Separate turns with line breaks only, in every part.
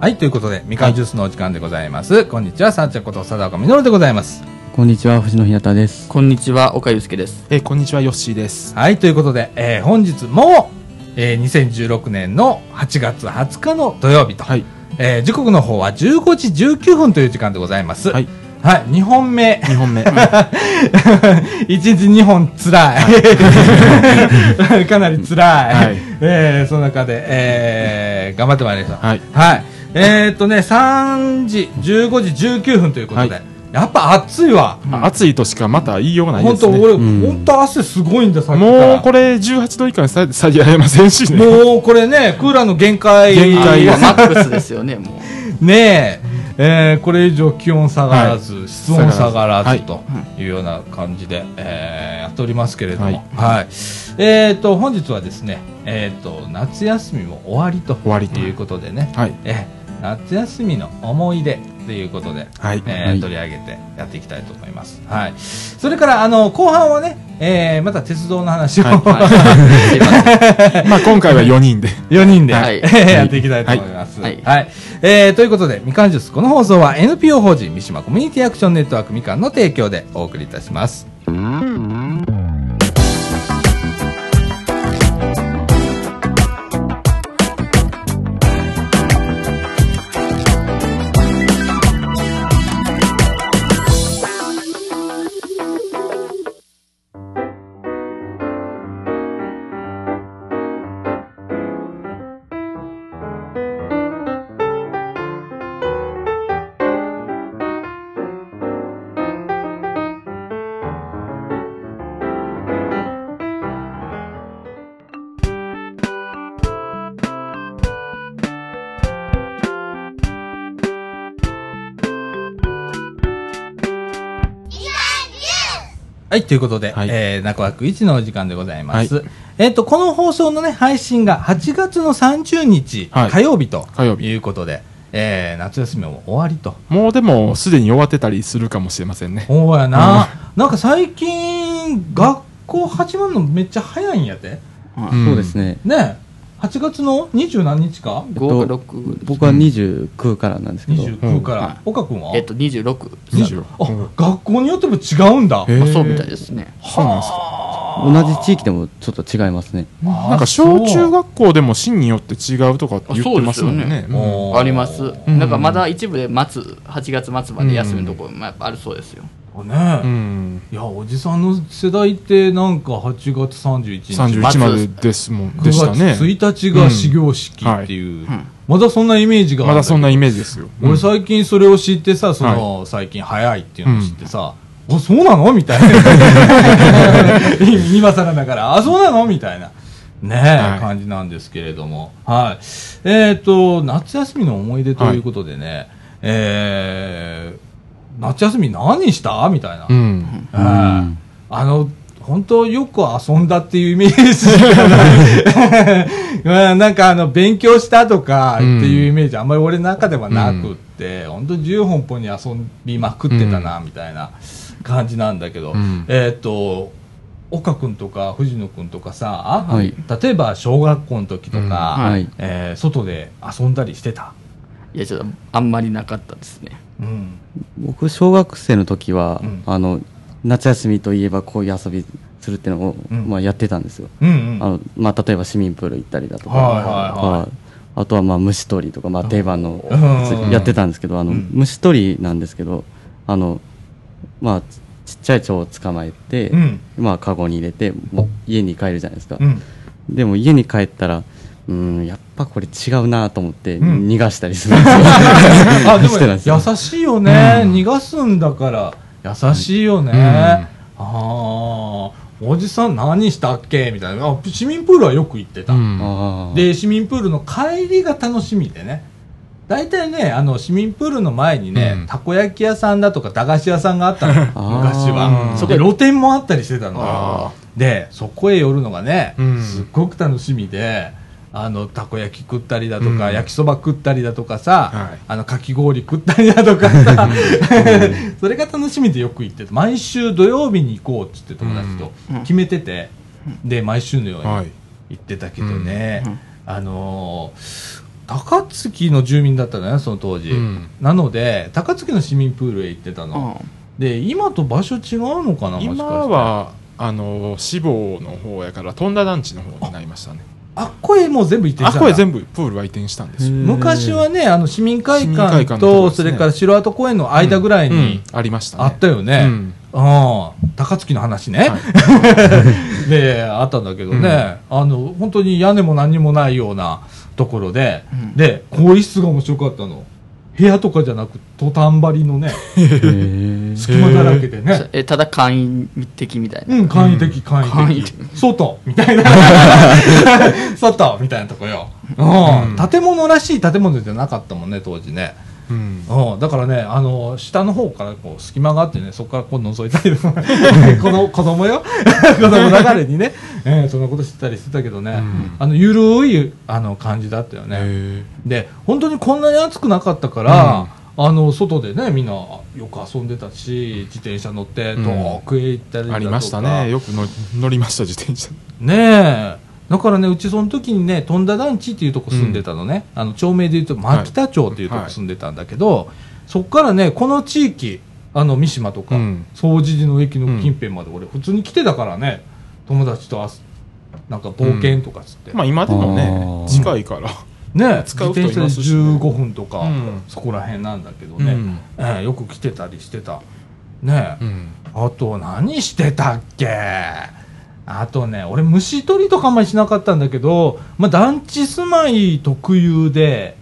はい、ということで、みかんジュースのお時間でございます。こんにちは、さあちゃんこと貞岡稔でございます。
こんにちは藤野日向です
こんにちは、岡祐介です。
えーこんにちは、ヨッシーです。
はい、ということで、えー本日も、えー2016年の8月20日の土曜日と、
はい。
えー時刻の方は15時19分という時間でございます。
はい。
はい、2本目。
2本 目。
1日2本つらい。 かなりつら。
はいい
えーその中で、えー頑張ってまいりましょう。
はい。
はい。えーっとね、3時、15時19分ということで、
はい
やっぱ暑いわ。
あ暑いとしかまた言いようがないで
本
す
当、
ね。
俺、
ん
本当汗すごいんだ、さっきから。
もうこれ18度以下にさ下げられませんしね。
もうこれね、クーラーの限界
限
あ
界
今
が
マックスですよね、 も。
ねえ、えーこれ以上気温下がらず、室温下がらず
下がらず
というような感じで、えーやっておりますけれども、は
はいい。
えっ、と、本日はですね、えっ、と、夏休みも終わりと
終わりと
いうことでね、
はい。
えー夏休みの思い出ということで、
はい。
えー
はい
取り上げてやっていきたいと思います。はい。それから、あの、後半はね、えーまた鉄道の話を、
はいう
はいすいません
まあ今回は4人で。
4人で、
は い
やっていきたいと思います。は
はいい。
えーということで、みかんジュース、この放送は NPO 法人三島コミュニティアクションネットワークみかんの提供でお送りいたします。はい、ということで、
はい
えー中枠1のお時間でございます。
はい
えっ、と、この放送のね、配信が8月の30日、
はい
火曜日と
火曜日
いうことで、えー夏休みも終わりと。
もうでもすでに終わってたりするかもしれませんね。
ほうやな。なんか最近、学校始まるのめっちゃ早いんやて。
あ
うん
そうですね
ねえ8月の二十何日か
5、6、
僕は29からなんですけど
29か
うん
ら、岡君は
えっと、26。
20。
あ学校によっても違うんだ。
へー
あそうみたいですね。
そうなんですか。
同じ地域でもちょっと違いますね
な
なんか小中学校でも進によって違うとかって言ってますもん
あそうで
ね。
す
うん
あります。
ん
なんかまだ一部で待つ、8月末まで休みのところもやっぱあるそうですよ。
ね、
うん。
いやおじさんの世代ってなんか8月31日
31までですもん。でしたね。
9月1日が始業式っていう、まだそんなイメージがある
まだそんなイ
ー
メージですよ。
俺最近それを知ってさその、最近早いっていうのを知ってさ、あそうな のみたいな今更だからあそうなのみたいなねえ、
はい
感じなんですけれどもはいえっ、と夏休みの思い出ということでね、えー夏休み何したみたいな、
うん。
ああの、本当よく遊んだっていうイメージしかない うんなんかあの、勉強したとかっていうイメージ、あんまり俺の中ではなくって、本当自由奔放に遊びまくってたな、みたいな感じなんだけど、
うん
えっ、と、岡君とか藤野君とかさ、
はい
例えば小学校の時とか、
うん
はい
えー外で遊んだりしてた。
いや、ちょっとあんまりなかったですね。
うん。
僕小学生の時は
うん
あの夏休みといえばこういう遊びするってのを
うん
まあやってたんですよ
うんうん。
あのまあ例えば市民プール行ったりだとか
はいはいはい
はいあとはまあ虫取りとかまあ定番の
うん
やってたんですけどあの
うん
虫取りなんですけどあのまあちちっちゃい蝶を捕まえて
うん
まあカゴに入れてもう家に帰るじゃないですか
うん。
でも家に帰ったらうんやっぱこれ違うなと思って
うん
逃がしたりするんですよ
あで
してないです
も優しいよね、逃がすんだから優しいよね、
うん
ああおじさん何したっけみたいなあ市民プールはよく行ってた、
うん。
あー
で市民プールの帰りが楽しみでね大体ねあの市民プールの前にね、
うん
たこ焼き屋さんだとか駄菓子屋さんがあった の昔は
うん
そこで露店もあったりしてたの
あ
でそこへ寄るのがね、
うん
すっごく楽しみであのたこ焼き食ったりだとか、
うん
焼きそば食ったりだとかさ、
はい
あのかき氷食ったりだとかさ それが楽しみでよく行ってて毎週土曜日に行こうっつって友達と
うん
決めてて、で毎週のように
はい。
言ってたけどね、あのー高槻の住民だったんだよねその当時、
うん
なので高槻の市民プールへ行ってたの、で今と場所違うのかなもしかして
今はあの志望の方やから富田団地の方になりましたね
あっこへもう全部行って
あ
たん
こ
だ
これ全部プールは移転したんですよ、
昔はねあの市民会
市民
館
会
と
館のとこです
そ
ね
れから城跡公園の間ぐらい
うん
に
ありましたね
あったよね、う
う
ん
ん
高槻の話ね、
は い
であったんだけどね、あの本当に屋根も何にもないようなところで、
うん
で更衣室が面白かったの部屋とかじゃなくトタン張りのね隙間だらけでね
えただ簡易的みたいな、
うん簡易的簡
簡
易
易
的
的
外みたいな外みたいなとこよ、うん
うん
建物らしい建物じゃなかったもんね当時ね
うん
うん、だからね、あの下の方からこう隙間があってね、そこからこう覗いたり、 この子供よ、子供流れにね、えーそんなことしてたりしてたけどね、
うん
あのゆるいあの感じだったよ
へ
ね。
え
で、本当にこんなに暑くなかったから、あの外でね、みんなよく遊んでたし、自転車乗って
うん
遠くへ行ったりだとか、
ありましたねよくの 乗りました自転車
ねえだからねうちその時にね富田団地っていうとこ住んでたのね、あの町名でいうと牧田町っていうとこ住んでたんだけど、そこからねこの地域あの三島とか、
うん
総除寺の駅の近辺まで俺普通に来てたからね友達とあすなんか冒険とかっつって、
まあ今でも
あー
ね近いから
ね自
使う
転
人
車
い
で
ますしね
15分とか、
うん
そこら辺なんだけどね、
うん
ええよく来てたりしてたねえ、
うん
あと何してたっけあとね俺虫取りとかあんまりしなかったんだけど、まあ、団地住まい特有で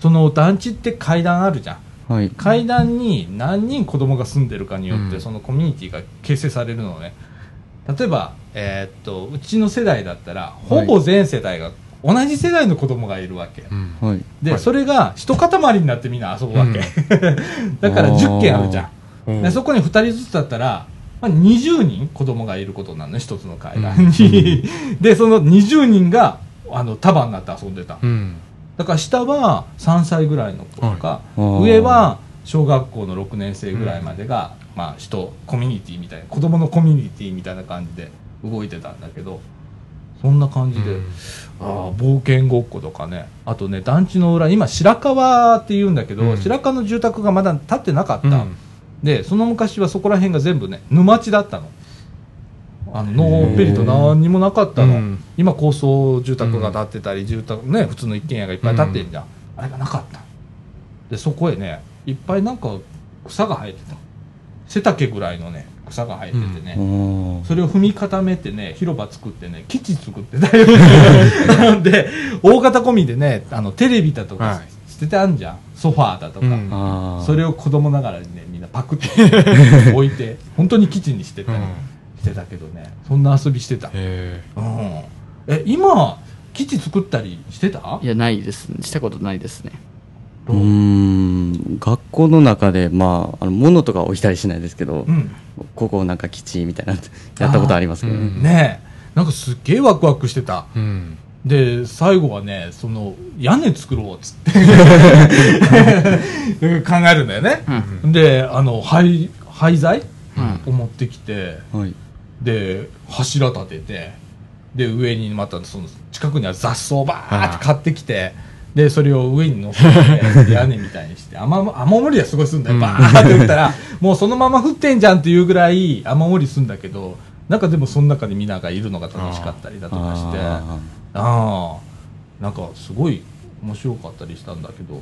その団地って階段あるじゃん
はい。
階段に何人子供が住んでるかによって、
うん
そのコミュニティが形成されるのね例えば、えーっとうちの世代だったらほぼ全世代が同じ世代の子供がいるわけ、
うん
はい。
で、
はい
それが一塊になってみんな遊ぶわけ、
う
だから10軒あるじゃん
うん
でそこに2人ずつだったら、まあ、20人子供がいることなのね一つの階段に、 でその20人があの束になって遊んでた
うん
だから下は3歳ぐらいの子とか、
はい
上は小学校の6年生ぐらいまでが、まあ人コミュニティみたいな子供のコミュニティみたいな感じで動いてたんだけどそんな感じで、
うん
あー冒険ごっことかねあとね団地の裏今白川っていうんだけど、
うん
白川の住宅がまだ建ってなかった、
うん
でその昔はそこら辺が全部ね沼地だったのあののんびりと何にもなかったの、
うん
今高層住宅が建ってたり、住宅ね普通の一軒家がいっぱい建ってるじゃん、あれがなかったでそこへねいっぱいなんか草が生えてた背丈ぐらいのね草が生えててね、
あ
それを踏み固めてね広場作ってね基地作ってた よで大型込みでねあのテレビだと
は
か捨ててあんじゃん、ソファーだとか、
うん
あー。
それを子供ながらにねみんなパクって 置いて本当に基地にしてたりしてたけどねそんな遊びしてた、
へ
うん、え今基地作ったりしてた
いやないですねしたことないですね
うーん。学校の中で、まあ、あの、物とか置いたりしないですけど
う、ん
ここなんか基地みたいな、 やったことありますけど
あーうん
ね。
ねえなんかすっげえワクワクしてた
えうん
で最後はねその屋根作ろうっつって 考えるんだよね
う、ん、
であの廃廃材
うん
を持ってきて
はい。
で柱立ててで上にまたその近くには雑草をバーって買ってきてでそれを上に乗せて 屋根みたいにして雨も雨漏りはすごいすんだよ
うん
バーって打ったらもうそのまま降ってんじゃんっていうぐらい雨漏りすんだけどなんかでもその中でみんながいるのが楽しかったりだとかしてああ
あ
なんかすごい面白かったりしたんだけど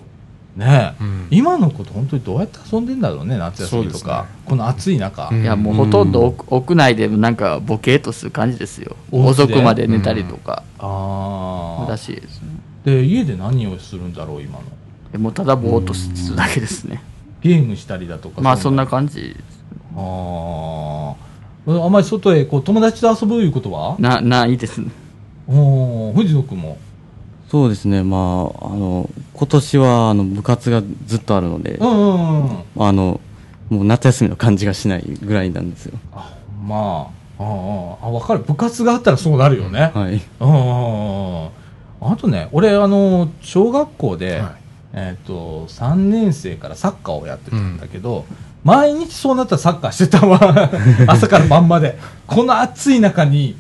ねえ、
うん
今の子と本当にどうやって遊んでんだろうね夏休みと
そうですね
か、この暑い中。
うん
いやもうほとんど屋屋内でなんかボケーとする感じですよ
お家で
遅くまで寝たりとか
ああ
だし
で家で何をするんだろう今の
でもうただぼーっとするだけですね
ゲームしたりだとか
まあそんな
あ
感じ
あーあんまり外へこう友達と遊ぶいうことは
なないですね
おー藤野君も
ーそうですね。まあ、あの、今年は、あの、部活がずっとあるので
う、んうんうん
あの、もう夏休みの感じがしないぐらいなんですよ。
あまああーあーあ分かる部活があったらそうなるよね、
はい。
うんうんうんあとね俺あの小学校で、
はい
えっと3年生からサッカーをやってたんだけど、毎日そうなったらサッカーしてたわ 朝から晩までこの暑い中に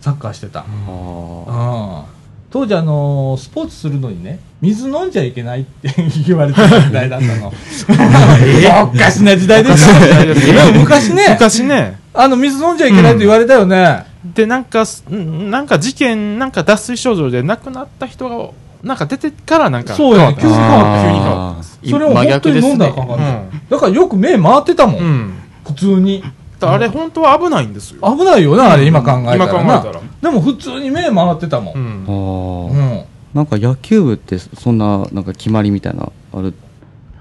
サッカーしてた、
ああ。
ああ当時あのスポーツするのにね水飲んじゃいけないって言われてた時代だった のおかしな時代でした
おかしな時代ですね
でも昔ね
昔ね
あの水飲んじゃいけないって言われたよね、
でなんかすんなんか事件なんか脱水症状で亡くなった人がなんか出てからなんか
そうやね
変
急に変
わ
わ
った
っ
急に変わ
あー
たそれを本当に飲んだらあかんかっ
真
た、
逆ですね
だからよく目回ってたもん、
ったうん
普通に
だからあれ本当は危ないんですよ
危ないよなあれ今考えたらな
今考えたら
でも普通に目回ってたも、
うんん
あー
うん
なんか野球部ってそんななんか決まりみたいなある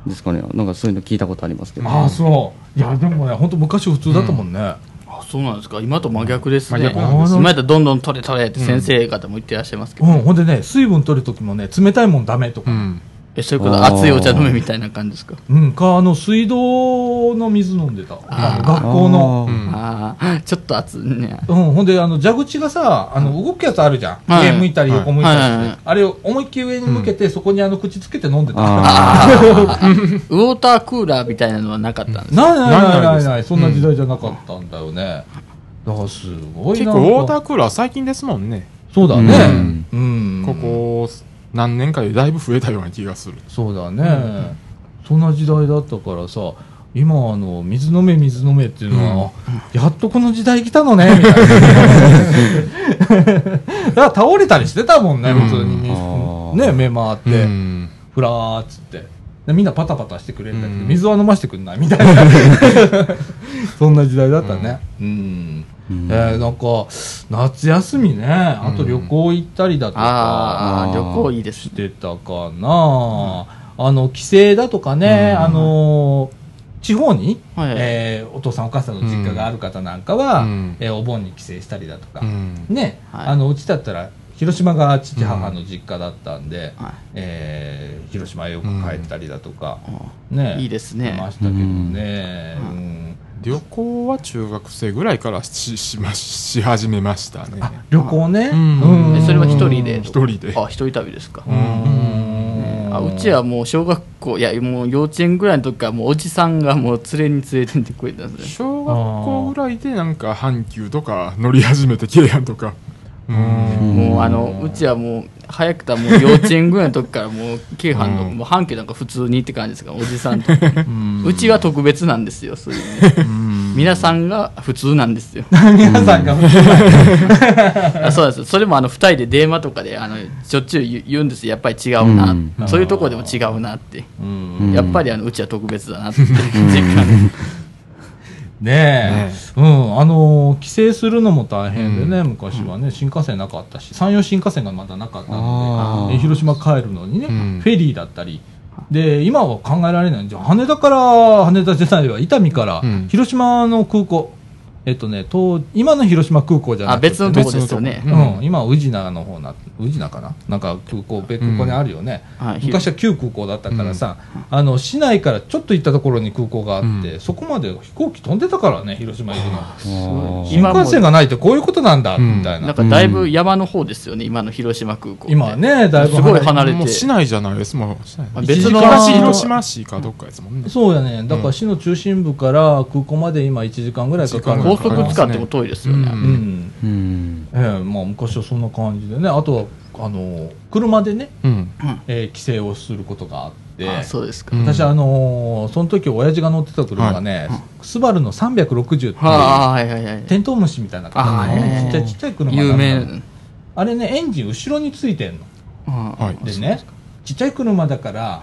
んですかねなんかそういうの聞いたことありますけど
ああそういやでもね本当昔普通だったもんね、
あそうなんですか今と真逆ですね
真逆
なんですね
今やったらどんどん取れ取れって先生方も言ってらっしゃいますけ
う
ど、
ん、ほんでね水分取る時もね冷たいもんダメと
う
か、
ん
えそれこそ熱いお茶飲めみたいな感じですか
うんかあの水道の水飲んでたあの
あ
学校の
う
あー
ん
ああちょっと熱いね
うん、ほんであの蛇口がさあの動くやつあるじゃん、
はい
上向いたり横向いたりして、
はいはいはい
あれを思いっきり上に向けて、そこにあの口つけて飲んでたな
あ
ウォータークーラーみたいなのはなかったんで
い
すか
ないない
ない
な
ないい
ないそんな時代じゃなかったんだよね、だからすごい
結
な
構ウォータ
ー
ークーラー最近ですもんね
そうだね
うん
うん、
ここ何年かでだいぶ増えたような気がする
そうだね、そんな時代だったからさ今あの水飲め水飲めっていうのは、やっとこの時代来たのねみたいなだから倒れたりしてたもんね、
うん
普通に水
あー
ね目回って、
うん
ふらーっつってでみんなパタパタしてくれるんだけど、
うん
水は飲ませてくんないみたいなそんな時代だったねうん、
うん
えーなんか夏休みねあと旅行行ったりだとか、
ああ
あー
旅行いいです
し
ね
てたかな、あの帰省だとかね、
うん
あの地方に、
はい
えーお父さんお母さんの実家がある方なんかは、
うん
えーお盆に帰省したりだとか、
うん
ね、
はい
あのうちだったら広島が父母の実家だったんで、
はい
えー広島へよく帰ったりだとか、
う
ね
んいいですね
しましたけどね、
うん
うん
旅行は中学生ぐらいからししまし始めましたね
あ旅行ね、
うん
うん
えそれは一人で
一人で
あ一人旅ですか、
うん
あうちはもう小学校いやもう幼稚園ぐらいの時からもうおじさんがもう連れに連れてってくれたんですね
小学校ぐらいでなんか阪急とか乗り始めて京阪とかうん
ん
もうあのうちはもう早くたらもう幼稚園ぐらいの時からもう京阪の、
うん
もう阪急なんか普通にって感じですからおじさんとうちは特別なんですよそういうね皆さんが普通なんですよ
皆さんが、
あそうなんですよそれもあの2人で電話とかであのしょっちゅう言う言うんですよやっぱり違うな、
うん
そういうとこでも違うなって、
うん
うん
やっぱりあのうちは特別だな っていう実感
ねえ、うん、あのー帰省するのも大変でね、昔はね、新幹線なかったし、山陽新幹線がまだなかったの
あ
で、
ー
え広島帰るのにね、
うん
フェリーだったり、で、今は考えられないじゃあ羽田から、羽田じゃないわ、伊丹から
うん、
広島の空港、えっとね、東今の広島空港じゃな
あ
くてね、
別のとこですよね
別のとこ
うん、今は宇品の方な宇品かななんか空港別空港にあるよね、
うんはい
昔は旧空港だったからさ、あの市内からちょっと行ったところに空港があって、
うん
そこまで飛行機飛んでたからね広島行くの
ー
新幹線がないってこういうことなんだ、
うん
みたいな
なんかだいぶ山の方ですよね、今の広島空港って
今はねだいぶ
すごい離れて
もう市内じゃないですもう市内
あ別
の
東広島市かどっかですもんね
そうやねだから市の中心部から空港まで今1時間ぐらいかかるのか
高
一時間ぐ
な
ら
速使っても遠いですよね、
うん
うん
うん
ええまあ、昔はそんな感じでねあとはあの車でね、
うん
えー帰省をすることがあって
あそうですか、
うん
私、あのーその時親父が乗ってた車がね、スバルの360っていう
はあはいはいはい
テントウムシみたいな感じのね
あ
ちっちゃい
ー
ちっちゃい車
有
が
名
ああれねエンジン後ろについてんの
あ
はい
でねちっちゃい車だから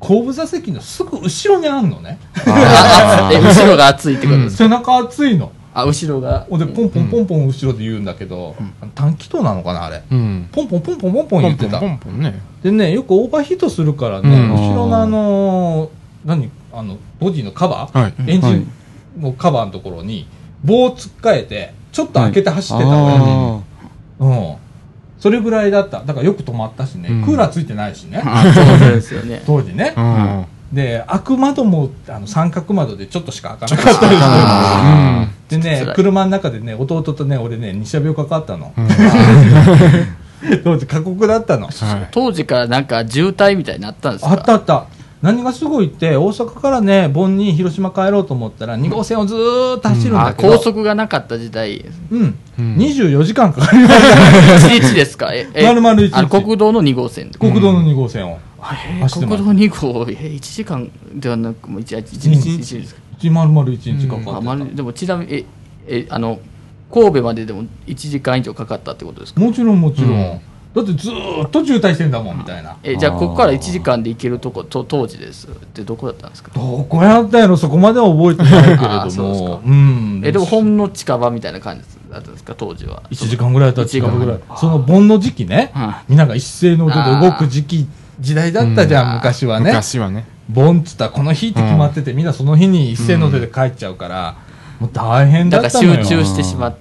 後部座席のすぐ後ろにあんのね
ああえ後ろが熱いってことです、
う
背
ん
中熱いの
あ後ろが
ほんでポンポンポンポン後ろで言うんだけど、短気筒なのかなあれ
うん
ポンポンポンポンポンポン
ポ
言
ン
っ
ポ
て
ン
た
ポンポンね
でねよくオーバーヒートするからね、
うん
後ろのあのー何あのボディのカバー、
はい
エンジンのカバーのところに棒をつっかえてちょっと開けて走ってたのよ、
あ
うん、それぐらいだっただからよく止まったしね、
うん
クーラーついてないしね
あそうですよね
当時ね
う、ん
で開く窓もあの三角窓でちょっとしか開かなかったりしてでね
ちょっと
あ
辛い
車の中でね弟とね俺ね日射病かかったの、 当時過酷だったの
はい
当時からなんか渋滞みたいになったんです
あ
か
ったあった何がすごいって大阪からね盆に広島帰ろうと思ったら2号線をずーっと走るんだ
あ
けど、
高速がなかった時代、
うん、
うん
24時間かかりました
1日ですか、ええ
丸々一日
あの国道の2号線、
国道の2号線を、
あへえ
走って
国
ます
道2号、え1時間ではなく、もう 1, 日
うん
1日ですか、
一丸々1日かかってた、
あまるでもちなみにええあの、神戸まででも1時間以上かかったってことですか、
もちろんもちろん、
うん
だってずーっと渋滞してんだもんみたいな
えじゃあ、
あー
ここから1時間で行けるとこ、と当時です、でどこだったんですか、
どこやったんやろそこまでは覚えてないけ
あー
れど
そうですか
もうん
えでも、ほんの近場みたいな感じだったんですか、当時は。
1時間ぐらい経って
一時間
ぐ
ぐ
ら
ら
い
い
その盆の時期ね、
は
みんなが一斉の音で動く時期時代だったじゃん、
うん
昔はね
昔はね。
盆っつったらこの日って決まってて、みんなその日に一斉の手で帰っちゃうから、もう大変だ
だ
っ
から
たのよ
集中してしまって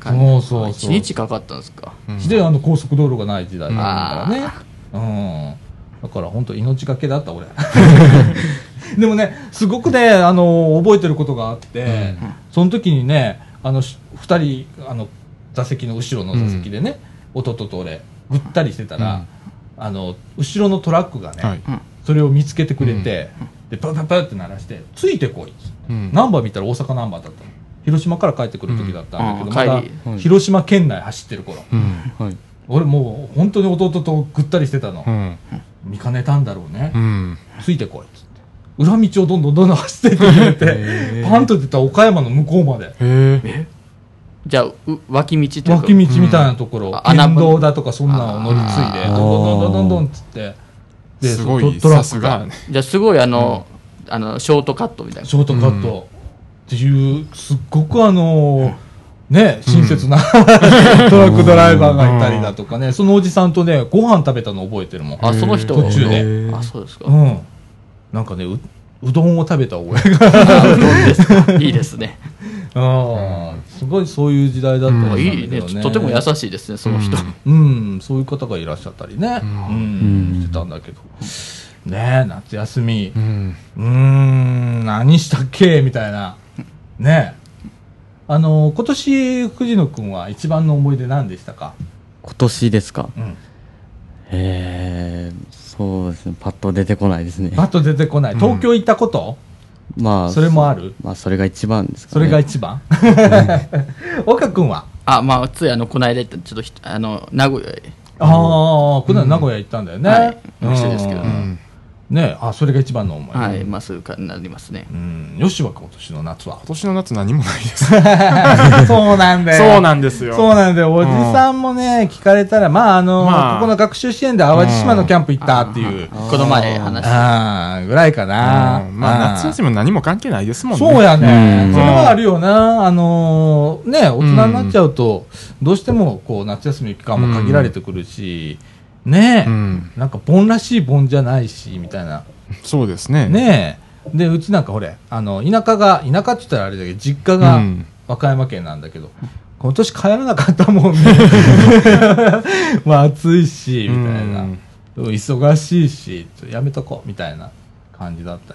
感じ、
そうそうそう
1日かかったんですか、
うん
であの高速道路がない時代だったからね、うん、だから本当命がけだった俺でもねすごくねあの覚えてることがあって、
う
その時にねあのし二人あの座席の後ろの座席でね、弟と俺ぐったりしてたら、あの後ろのトラックがね、
はい。
それを見つけてくれて、でパパパって鳴らしてついてこいっつって、
うん
ナンバー見たら大阪ナンバーだったの広島から帰ってくる時だったんだけど、
うんあ
ま
ー帰り
た
はい
広島県内走ってる頃、
うん。
はい。
俺もう本当に弟とぐったりしてたの、
うん。
見かねたんだろうね、
うん。
ついてこいっつって裏道をどんどんどんどん走ってってくれて
へー
パンと出たら岡山の向こうまで
へえ。
じゃあ、う脇道というか、
脇道みたいなところ、
うん
県道だとかそんなのを乗り継いで
あ
ー
どんどんどんどんどんっつって
すご
そ
い、
トトラ
さ
ッ
す
ク
が
が。
じゃあすごいあの、あのショートカットみたいな
ショートカットっていうすっごくあのね親切な、 トラックドライバーがいたりだとかね、そのおじさんとねご飯食べたの覚えてるもん
あその人
途中で
あそう ですか、
うん、なんかねううどんを食べた覚え が
あうどんですかいいですね
うんすごいそういう時代だったりしたんだけど
いいねとても優しいですねその人、
うん
うん、そういう方がいらっしゃったりね、う
うんん
うん
してたんだけどねえ夏休み
うん。
うーん何したっけみたいなねえあの今年藤野君は一番の思い出何でしたか、
今年ですか
うん、
えー、そうですね。パッと出てこないですね。
バッと出てこない
うん
東京行ったこと、
まあ、
それもある
まあ、それが一番ですか
そ
ね。
れが一番 岡君は
あまあついあのこの間言ったちょっとひあの名古屋へ
ああ、この間名古屋行ったんだよね。
はい
うん
一緒ですけど
う
う
うん
ん。
ねあ、それが一番の思い。
はいまあそういう感じになりますね
うん、よしは今年の夏は
今。年の夏何もないです。
そうなんだ
そうんなんですよ。
そうなんだよ。おじさんもね、聞かれたら、まあ、あの、
まあ
ここの学習支援で淡路島のキャンプ行ったっていう、
あこの前話した
ああ、ぐらいかな。
うんまあ夏休みも何も関係ないですもんね。
そうやね、
うん
それはあるよな、あのーね、大人になっちゃうと、どうしてもこう夏休み期間も限られてくるし、ね、
うん
なんか盆らしい盆じゃないしみたいな、
そうですね。。
ねえ、でうちなんかほれ、あの田舎が、田舎って言ったらあれだけど、実家が
うん
和歌山県なんだけど、今年帰らなかったもん ね、まあ暑いし、みたいな。
うん
忙しいしやめとこうみたいな感じだった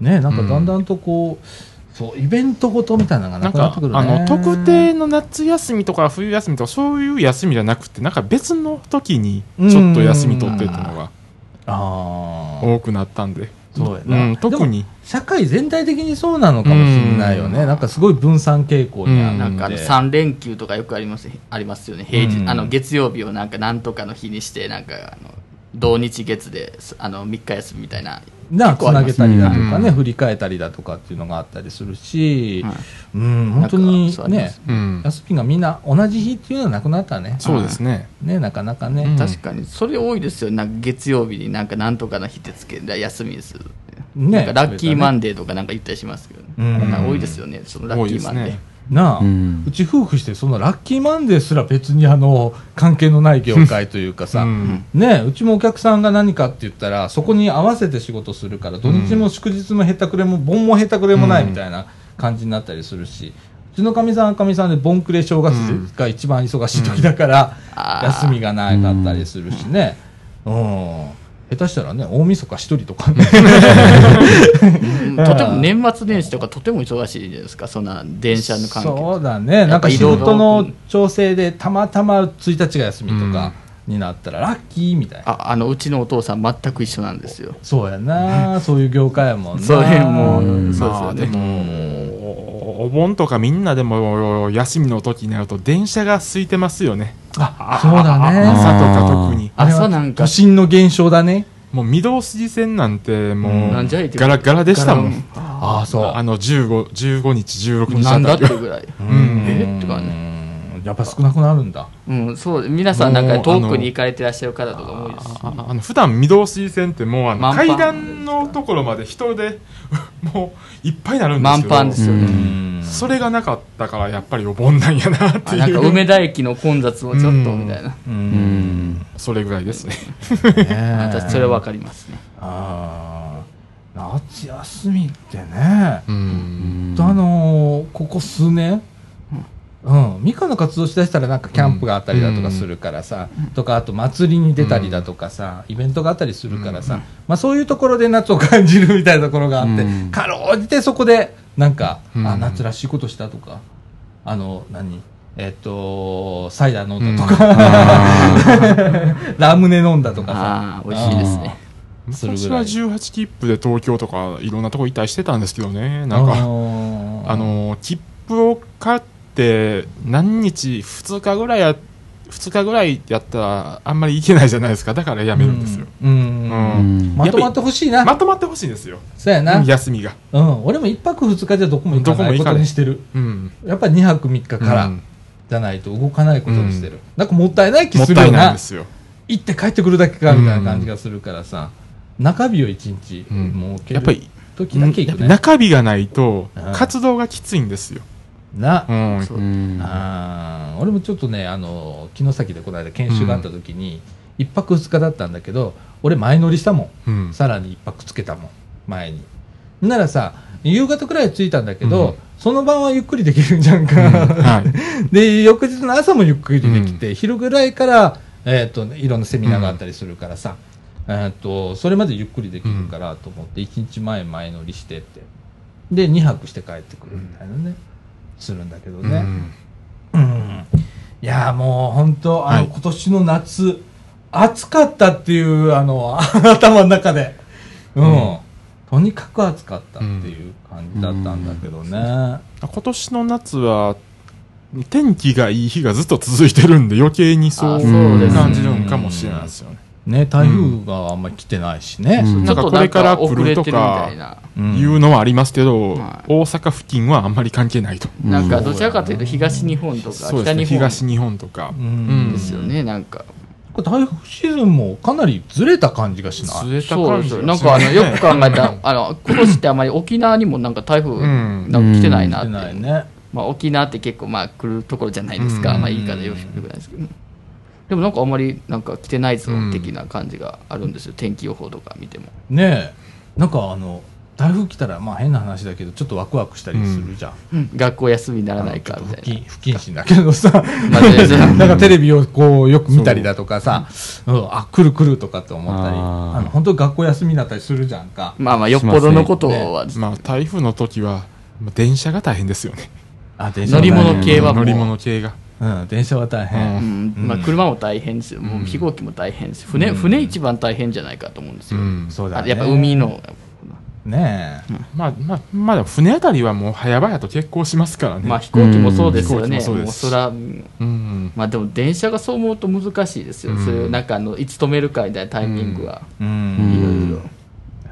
りねなんかだんだんとこう、そうイベントごとみたいなのが
な
なんくな
か
ってくるね
あの特定の夏休みとか冬休みとかそういう休みじゃなくてなんか別の時にちょっと休み取ってたのが
あー
多くなったんで、
そうや
う
な、
ん、特に
社会全体的にそうなのかもしれないよね、
うん
なんかすごい分散傾向にある
うん
なんかあの3連休とかよくありますありますよね平日、
うん
あの月曜日をなんかなんとかの日にしてなんかあの同日月ですあの3日休みみたいな
な
結構あ
つな
りま
げ
す
たりだとかね、
うん
振り返ったりだとかっていうのがあったりするし、
はい
うん本当に
なんかそうありま
ね
す
うん
休みがみんな同じ日っていうのはなくなったね
そうですね
ねなかなかね、
うん
確かにそれ多いですよなんか月曜日になんかなんとかの日ってつけて休みでする
ね
なんかラッキーマンデーとかなんか言ったりしますけど、
うん
なんか多いですよねそのラ
多
ッキ
いで
ーマ
す
ンデー、
ね
なあ、う
うん
ち夫婦してそのラッキーマンデーすら別にあの関係のない業界というかさ、
うん
ねえうちもお客さんが何かって言ったらそこに合わせて仕事するから土日も祝日もへったくれも盆もへったくれもないみたいな感じになったりするし、うちのかみさんはかみさんで盆暮れ正月が一番忙しい時だから、
あー
休みがなかったりするしね、うん下手したらね大晦日一人とかね
うんとても年末年始とかとても忙しいじゃないですかそんな電車の関係
そうだね、なんか
やっぱ移
仕
動が多く
事の調整で、たまたま1日が休みとか、になったらラッキーみたいな
ああのうちのお父さん全く一緒なんですよ
そうやなそういう業界やもんな
それも
ん
そうです
ま
よ
あ
ね
でもおお盆とかみんなでも休みの時になると電車が空いてますよね
あそうだ
あ
ね
朝とか特に
あれは
朝なんか
都心の現象だね
もう御堂筋線なんて
う
も
ん
なん
う
じゃいって
ガラガラでしたもん
ああそう
あの 15, 15日16日
なんだ
あ
ったて
り
ぐらい、
うん
えってか
ねやっぱ少なくなるんだ
うん、そう皆さんなんか
もうあ
遠
の
くに行かれてらっしゃる方とかも多いですし
ああの普段御堂筋線ってもうあの
満帆
階段のところまで人で もういっぱいになるんです
満
けど
帆ですよね、
うん
それがなかったからやっぱりお盆なんやなって
あ
いう
なんか梅田駅の混雑もちょっとみたいな、
うん
それぐらいですね
ね
私それわかりますね
ああ夏休みってね、
うん
あのーここ数年うん、ミカの活動しだしたらなんかキャンプがあったりだとかするからさ、とかあと祭りに出たりだとかさ、イベントがあったりするからさ、まあ、そういうところで夏を感じるみたいなところがあって、
うん
かろうじてそこでなんか、
うん
あ夏らしいことしたとかあの何えっとサイダー飲んだとか、ラムネ飲んだとか
あ
さ
あー美味しいですね
するぐらい
昔は18切符で東京とかいろんなとこ行ったりしてたんですけどねなんか
のー
あの切符を買って何日2日ぐらいや2日ぐらいやったらあんまり行けないじゃないですかだからやめるんですよ、
うん、
うん
うん
まとまってほしいな、
まとまってほしいんですよ
そうやな、
休みが
うん、俺も一泊二日じゃどこも行か
どこ
な
も
い
行
こ
かな
と
い
にしてる
うん
やっぱり2泊3日から
うん
じゃないと動かないことにしてる、なんかもったいない気
もっ
する
た
よ
いないん
な
ですよ
行って帰ってくるだけかみたいな感じがするからさ、中日を一日
うん
設け
やっぱ
る
り
時だけ行くね、
中日がないと
うん
活動がきついんですよ、
な、
うん
そう
うん
あー俺もちょっとねあの城崎でこの間研修があった時に、一泊二日だったんだけど俺前乗りしたもん
うん
さらに一泊つけたもん前にならさ夕方くらい着いたんだけど、
うん
その晩はゆっくりできるじゃんか、
はい、
で翌日の朝もゆっくりできて、昼ぐらいから、えー、といろんなセミナーがあったりするからさ、えー、とそれまでゆっくりできるからと思って、一1日前前乗りしてってで2泊して帰ってくるみたいなね、するんだけど
う
ね、
ん
うんいやもう本当あの、
はい
今年の夏暑かったっていうあの 頭の中で、うんとにかく暑かったっていう感じだったんだけどね、
今年の夏は天気がいい日がずっと続いてるんで余計にそ
あ
う
そうですね
感じるのかもしれないですよね、
ね台風があんまり来てないしね、
うん
ちょっとなんか遅れてるみ
なんかこ
た
れ
いな
うん
いうのはありますけど、
はい
大阪付近はあんまり関係ないと、
うん
なんかどちらかというと東日本とか
そうで
北
すね
日本
東日本とか、
うん
ですよねなんか
これ台風シーズンもかなりずれた感じがしない
ずれた
そう
感
で
じ
す
が
よなん
します
かあのよく考えたら
ね
あの今年ってあまり沖縄にもなんか台風
うん
なんか来てないな
来
ってて、
ないね
まあ、沖縄って結構まあ来るところじゃないです
う
か、
ん
まあいいからよくないですけどでもなんかあんまりなんか来てないぞ
うん
的な感じがあるんですよ、天気予報とか見ても
ねえなんかあの台風来たらまあ変な話だけどちょっとワクワクしたりするじゃん、
学校休みになら
あ
な
の
い
ちょっ
か
と
み
不
たい
謹
な
不謹慎だけどさ、
まあ全然
なんかテレビをこうよく見たりだとかさ、うん、あ来る来るとかって思ったり
あ
あ
ー
の本当に学校休みになったりするじゃんか、
まあまあよっぽどのことは、
まあ台風の時はまあ電車が大変ですよね
あ電
乗り物系はも
乗
う
り物系が
うん、電車は大変、
う
うんまあ、車も大変ですよ、もう飛行機も大変ですよ船船一番大変じゃないかと思うんですよ、
うん
そうだ
あ
ね
とやっぱ海の
ねえ、
まあまあまあでも船あたりはもう早々と欠航しますからね
まあ飛行機もそうですよね、
うん飛行機もそう
も
で
う
す
空
うん
まあでも電車がそう思うと難しいですよ、
うん
それをなんかあのいつ止めるかみたいなタイミングは、
う、
うんん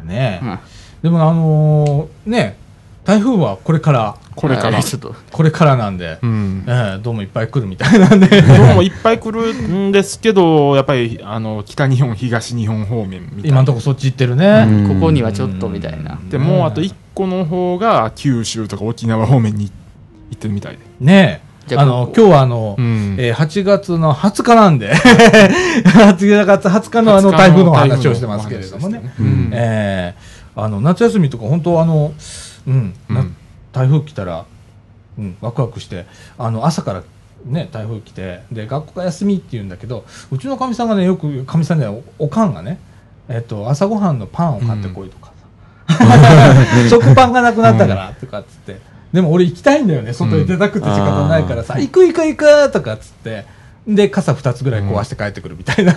ねえ、
うん
でもあのーねえ台風はこれから
これから
ちょっと
これからなんで、
うん
ええどうもいっぱい来るみたいなんで、
どうもいっぱい来るんですけど、や っぱりあの北日本、東日本方面みたい
今
な
の。とこそっち行ってるね、
うん
ここにはちょっとみたいな、
でもうあと1個の方が九州とか沖縄方面に行ってるみたいで。
ねえ
じゃあ
あの
ここ
今日はあの、
うん
えー8月の20日なんで 8月20日のあの台風のお話をしてますけれどもね、
うん
うん
ええあの夏休みとか本当あの、うんな
うん
台風来たら、うん、ワクワクしてあの朝からね台風来てで学校が休みって言うんだけどうちのかみさんがねよくかみさんじゃないおおかんがね、えっと朝ごはんのパンを買ってこいとかさ、食パンがなくなったからとかっつってでも俺行きたいんだよね外に出たくて仕方ないからさ、行く行く行くとかっつってで、傘2つぐらい壊して帰ってくるみたいな。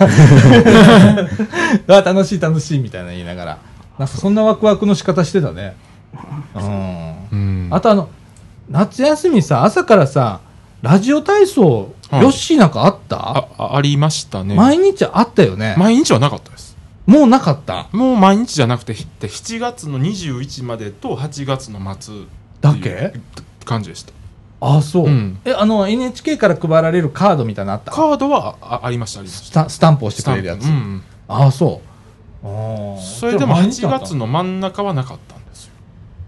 あ楽しい楽しいみたいな言いながら。なんかそんなワクワクの仕方してたね。うん。
うん
あとあの、夏休みさ、朝からさ、ラジオ体操、
はい
ヨッシーなんかあった、
ああありましたね
毎日あったよね。
毎日はなかったです
もうなかった。
もう毎日じゃなくてひで7月の21までと8月の末
だけ
感じでした
ああ、そう。
うん
え、あの、NHK から配られるカードみたいなのあった
カードはあありましたありまし
ス
た
タスタンプをしてくれるやつ。
スタンプうん
ああ、そう。ああ
それでも8月。の真ん中はなかったんですよ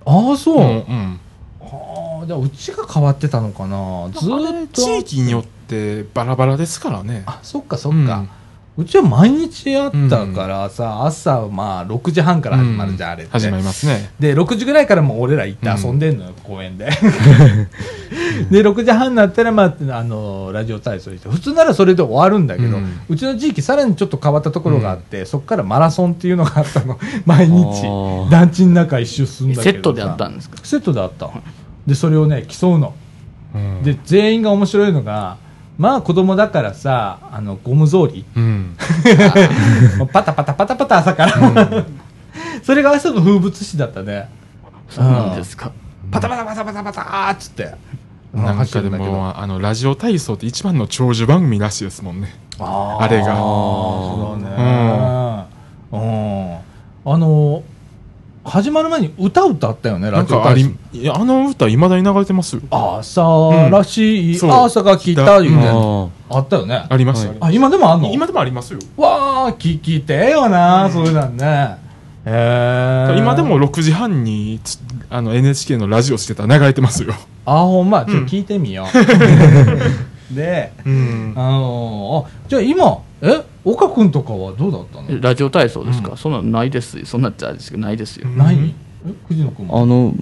ああ、そう。
うんうん
ああ、じゃあうちが変わってたのかな。ずーっと。
地域によってバラバラですからね
あ、そっかそっか。うちは毎日あったからさ、朝、まあ、6時半から始まるじゃん、
う
あれって。
始まりますね
で、6時ぐらいからもう俺ら行って遊んでんのよ、公園で。で、6時半になったら、まあ、あの、ラジオ体操して、普通ならそれで終わるんだけど、う
うん
ちの地域さらにちょっと変わったところがあって、そこからマラソンっていうのがあったの、毎日
あー、
団地の中一周するんだけ
セ
どさ
ットであったんですか
セットであった。で、それをね、競うの。
うん
で、全員が面白いのが、まあ子供だからさ、あの、ゴム草 履。
うん
もうパタパタパタパタ朝から。それが朝の風物詩だったね。
そうなんですか
パタパタパタパタパターっつって。
なんかでもあのラジオ体操って一番の長寿番組らしいですもんね
あー
あれが
そうだね。うん。あの、始まる前に歌歌ったよね、
な
ラ
ん
ジオ
かあ
体操
り。いやあの歌いまだに流れてますよ
朝らしい、
そう
朝が来たみたい
あ
な。
あ
あったよね。
ありました
はい
ありま
あ、今でもあんの
した今でもありますよ
わあ聞きてえよな、そういうなんねへえ
今でも6時半につあの NHK のラジオしてたら流れてますよ
あほんまちょっと聞いてみよ う、で
うん
あのーあじゃあ今え岡君とかはどうだったの
ラジオ体操ですか、そんなのないですよそんなっちゃあれですけどないですよ、
ないえ藤野君
あ
も
の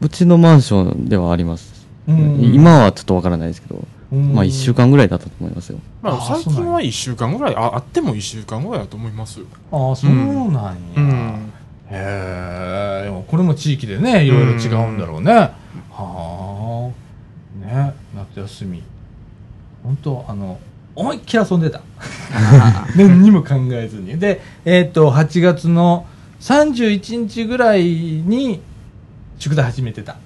うちのマンションではあります、
うん
今はちょっとわからないですけど、
うん
まあ1週間ぐらいだったと思いますよ
ま
あ
あ最
そうな
近
んや
は1週間ぐらいああっても1週間ぐらいだと思いますよ
あそうなんや、
うん
へえでもこれも地域でねいろいろ違うんだろうね、はあね夏休み本当あの思いっきり遊んでた 何にも考えずにでえっ、と8月の31日ぐらいに宿題始めてた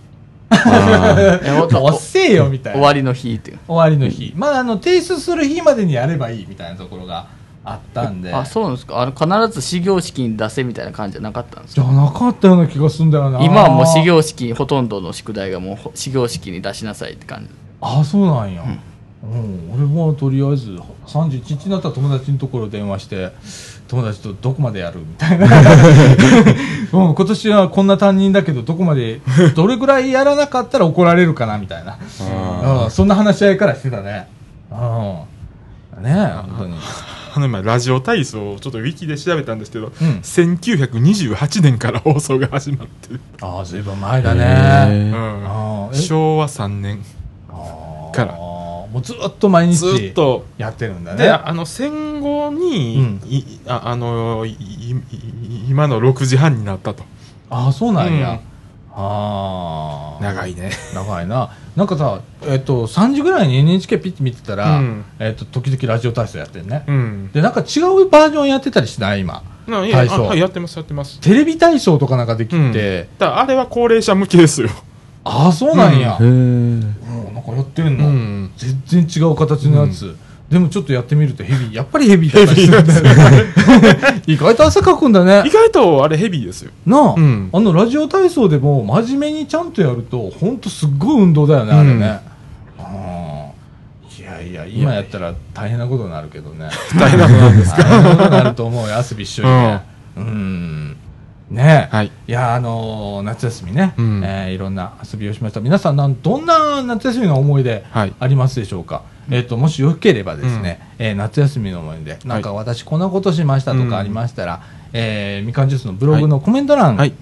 いやも っと
おっせえよみたいな
終わりの日っていう
終わりの日、まああの提出する日までにやればいいみたいなところがあったんで
あそうなんですかあの必ず始業式に出せみたいな感じじゃなかったんです
じ
か
ゃなかったような気がするんだよな
今はもう始業式ほとんどの宿題がもうほ始業式に出しなさいって感じ
あそうなんや、うん俺はとりあえず31日になったら友達のところ電話して友達とどこまでやるみ たいな、うん、今年はこんな担任だけどどこまでどれぐらいやらなかったら怒られるかなみたいな、うん、そんな話し合いからしてたねうんねえ本当に
あの今ラジオ体操をちょっとウィキで調べたんですけど、
ん
1928年から放送が始まってる、
ああずいぶん前だね
へえ
あーえ
昭和3年
あー
から
もうずっと毎
ずー
日
っと
やってるんだね
であの戦後に、
うん
いああのいいい今の6時半になったと
ああそうなんや、
うん
ああ
長いね
長いななんかさ、えっと3時ぐらいに NHK ピッて見てたら、
うん
えっと時々ラジオ体操やってるね、
うん
でなんか違うバージョンやってたりしない今
ないや
体操
あはいやってますやってます
テレビ体操とかなんかできて、
うんだからあれは高齢者向けですよ、
ああそうなんや、
へえ
もうなんかやってん
う
の、
ん、
全然違う形のやつ、でもちょっとやってみるとヘビーやっぱりヘビーだったりするんだよね 意外と汗かくんだね
意外とあれヘビーですよ
なあ、
うん
あのラジオ体操でも真面目にちゃんとやると本当すっごい運動だよねあれね、うん、いやいや今やったら大変なことになるけどね
大変なことなんです
大変なことになると思うよ汗びっしょりねうん、ねえ、
はい
いやあのー夏休みね、
うん
えーいろんな遊びをしました皆さんなんどんな夏休みの思い出
はい
ありますでしょうか、えっともしよければですね、えー夏休みの思い出なんか私こんなことしましたとかありましたら、えーみかんジュースのブログのコメント欄に、
はい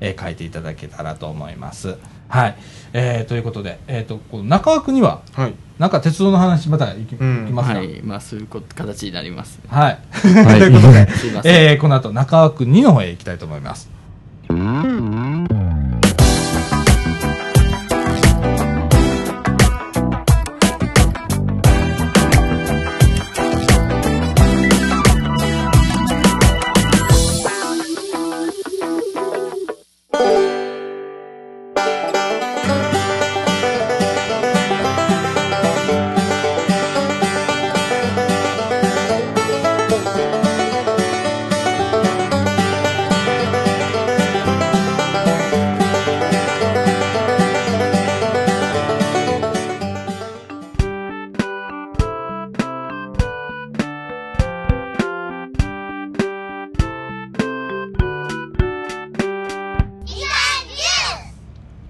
えー書いていただけたらと思います。はい、えーということで、えー、とこの中枠には
はい
なんか鉄道の話またいき,、
うん
ますか、
はいまあそういうこと形になります
はい。
い
ということで、
すいません
えーこの後中川区2の方へ行きたいと思います。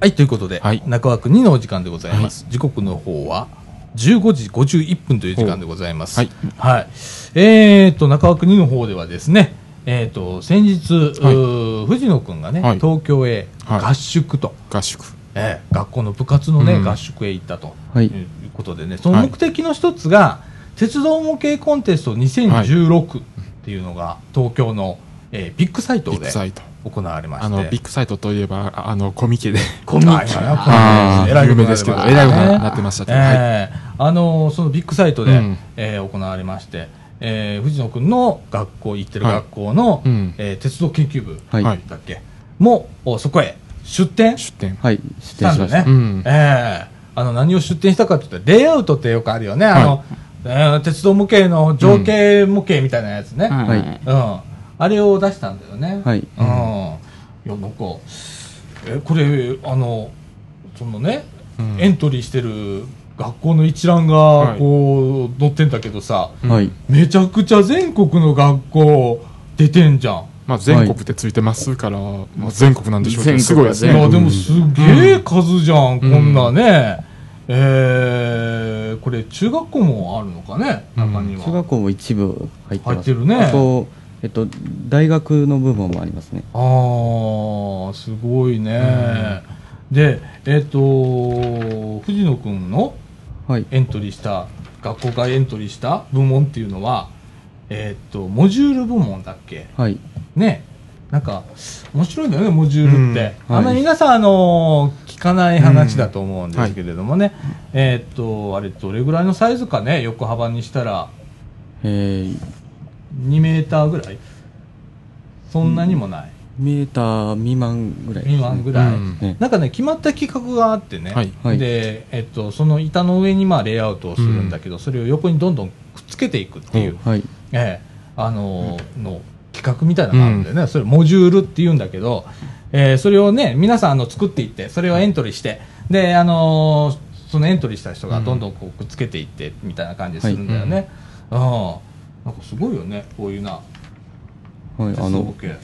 はい、ということで、
はい
中枠2のお時間でございます。時刻の方は、15時51分という時間でございます。
はい。
はい。えっ、と、中枠2の方ではですね、えっ、と、先日、
はいう
ー藤野くんがね、
はい
東京へ
はい
合宿と、
合宿。
ええ学校の部活のね、
うん
合宿へ行ったと、
は
い、
い
うことでね、その目的の一つが、鉄道模型コンテスト2016っていうのが、東京の、えービッグサイト
ビッグ
で
サイト。
行われまして。
あの、ビッグサイトといえば、ああの、コミケで。
コミケ
あー
えらいこと
有
に
名ですけど、
な
え
りま
らいこ
した
と
ね
になってましたけど、はい。
ええあのそのビッグサイトで、
うん
えー行われまして、えー藤野君の学校行ってる学校の、
いうん
えー鉄道研究部
はい
はい
だっけ、もおそこへ出展し
出店。
はい、失
た
礼し
んだ
ま
よね、
した。
うん
ええあの何を出展したかって言ったらレイアウトってよくあるよねあの、
は
えー鉄道模型の情景模型みたいなやつね、うん
はい
あれを出したんだよね、
はい
うん、いやなんかえこれあのそのね、
うん
エントリーしてる学校の一覧
は
が
い
こう載ってんだけどさ、
はい、
めちゃくちゃ全国の学校出てんじゃん
まあ、全国ってついてますから、まあ、全国なんでしょうけど、
全
す
国
ごい
は
です
い
ね。
や
全
でもすげえ数じゃん、
うん
こんなね、えー、これ中学校もあるのかね
うん
中には、
中学校も一部入ってます。
入ってるね
あと、えっと、大学の部分もありますね。
あーすごいね、でえっ、と藤野君の
はい、
エントリーした学校がエントリーした部門っていうのはえっ、とモジュール部門だっけ
はい、
ねなんか面白いんだよねモジュールって、
うん
あんまり
はい
皆さん、あの聞かない話だと思うんですけれどもね、えっ、とあれどれぐらいのサイズかね横幅にしたら
えー、
2メーターぐらいそんなにもない、
メーター未満ぐらいですね、
未満ぐらい、
うん
ね
なんかね決まった企画があってね、
はい
はい
でえっと、その板の上にまあレイアウトをするんだけど、それを横にどんどんくっつけていくっていう、
はい、
ええあのーの企画みたいなのがあるんだよね、それモジュールっていうんだけど、えーそれをね皆さんあの作っていってそれをエントリーしてで、あのーそのエントリーした人がどんどんこうくっつけていってみたいな感じするんだよね、うんなんかすごいよねこういうな
はい、あ
鉄
の
道模型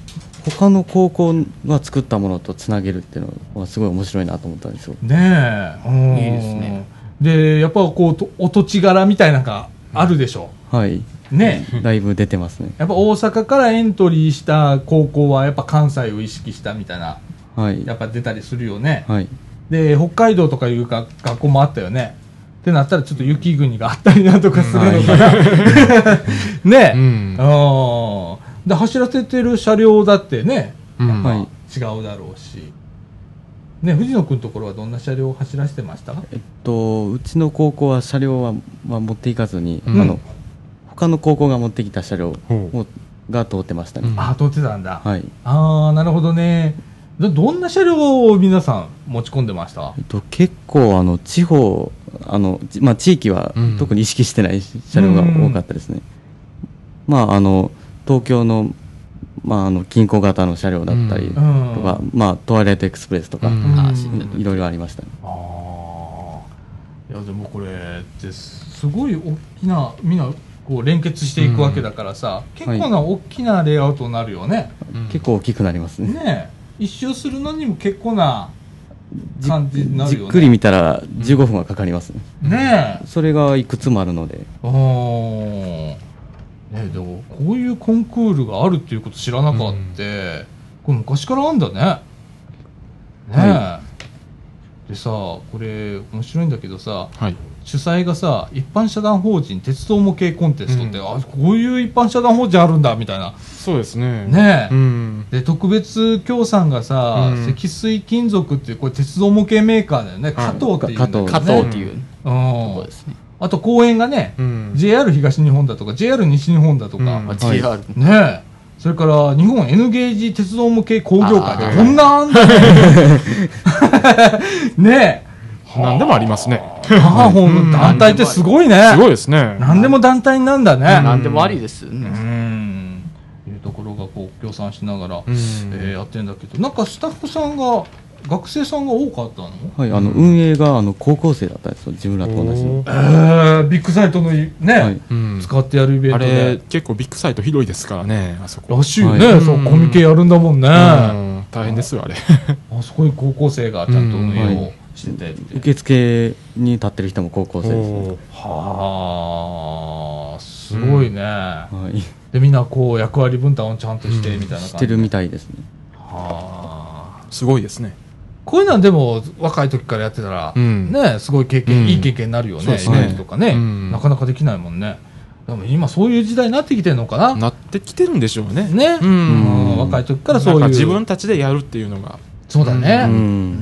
他の高校が作ったものとつなげるっていうのはすごい面白いなと思ったんですよ。
ねえ、うん
いいですね
でやっぱこうとお土地柄みたいなのがあるでしょ
はい、
ねえ
だいぶ出てますね。
やっぱ大阪からエントリーした高校はやっぱ関西を意識したみたいな
はい、
やっぱ出たりするよね、
はい、
で北海道とかいうか学校もあったよねってなったらちょっと雪国があったりなんとかするのかな、 ねえ、う
う
んんで走らせてる車両だってね
うん
はい、
違うだろうしね藤野君のところはどんな車両を走らせてました
えっと、うちの高校は車両は、まあ、持っていかずに、
うん
あの他の高校が持ってきた車両
ほう
をが通ってましたね、
うん
ああ通ってたんだ、
はい
ああなるほどねどどんな車両を皆さん持ち込んでました
えっと、結構あの地方あの、じまあ、地域は
うん
特に意識してない車両が多かったですね、まああの東京の,、まあ、あの近郊型の車両だったり
う
と
う
うん
か、まあ、トワイライトエクスプレスとか、
うん
あー
うん
死んだ
いろいろありましたね
ああいやでもこれってすごい大きなみんなこう連結していくわけだからさ、結構な大きなレイアウトになるよね、
結構大きくなりますね
ねえ一周するのにも結構な
じ
感じにな
じ
るよね
っくり見たら15分はかかりますね、
ねえ
それがいくつもあるので
あーねでもこういうコンクールがあるっていうこと知らなかった、これ昔からあんだねねえ、
は
でさこれ面白いんだけどさ
はい。
主催がさ一般社団法人鉄道模型コンテストって、
う
あこういう一般社団法人あるんだみたいな
そうですね。
ねえ
うん。
で特別協賛がさ、
うん
積水金属っていうこれ鉄道模型メーカーだよね加藤っていう、ね、
加藤
加藤ってい
う
うとこ
ん
ろですね。
あと公園がね、
うん。
JR 東日本だとか JR 西日本だとか、
うん
あ
はい
JR。
ねえそれから日本 N ゲージ鉄道向け工業会
あ
っ
ー
てこんなあんだねえ
何でもありますね。
母本の団体ってすごいね
すごいですね。
何でも団体になんだね
なんでもありですよ
う
ね。
んいうところがこう協賛しながら、
うん
えーやってんだけどなんかスタッフさんが学生さんが多かったの
はい、あの運営があの高校生だったんですよ、自分らと同じ。
おー
えー、ビッグサイトのいね、
はい
うん
使ってやるイベン
あ
ト
れ
で、
結構ビッグサイト広いですからね、あそこ。
らしいよね、
はい
そうコミケやるんだもんね、
うん大変ですよ、あれ。
あそこに高校生がちゃんと運営をしててって、
受付に立ってる人も高校生ですね。
はあすごいね、
はい。
でみんなこう役割分担をちゃんとしてみたいな感じ、
してるみたいですね。
はあ
すごいですね。
こういうのはでも若い時からやってたら、
うん
ねすごい経験、
うん
いい経験になるよ
そう
ね
ですね
イベントとかね、
うん
なかなかできないもんねでも今そういう時代になってきてるのかな
なってきてるんでしょうね。
ね、
うん
うん若い時からそうい
な
うん
自分たちでやるっていうのが。
そうだね
う。
うん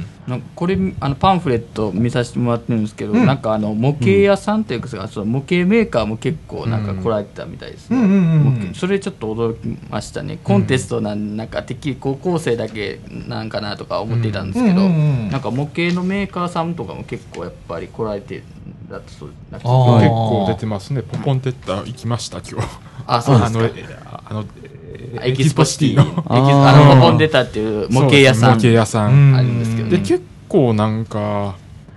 ん
なんかこれあのパンフレット見させてもらってるんですけど、
うん
なんかあの模型屋さんというか、その模型メーカーも結構なんか来られてたみたいですね、
うんうんうんうん
模型それちょっと驚きましたねコンテストなんなんかてっきり高校生だけなんかなとか思っていたんですけど、
うんうんうんうん
なんか模型のメーカーさんとかも結構やっぱり来られてだとそうなんか
あー
結構出てますね。ポポンテッタ行きました、今日。
あそうです
あの
か
えあのえ
エキスポシティのエキス
あー
あのポンデタっていう模型屋さ
そうです模型
ん
屋さ
うん
ん。
あるんですけど
で、
ね
結構なんか、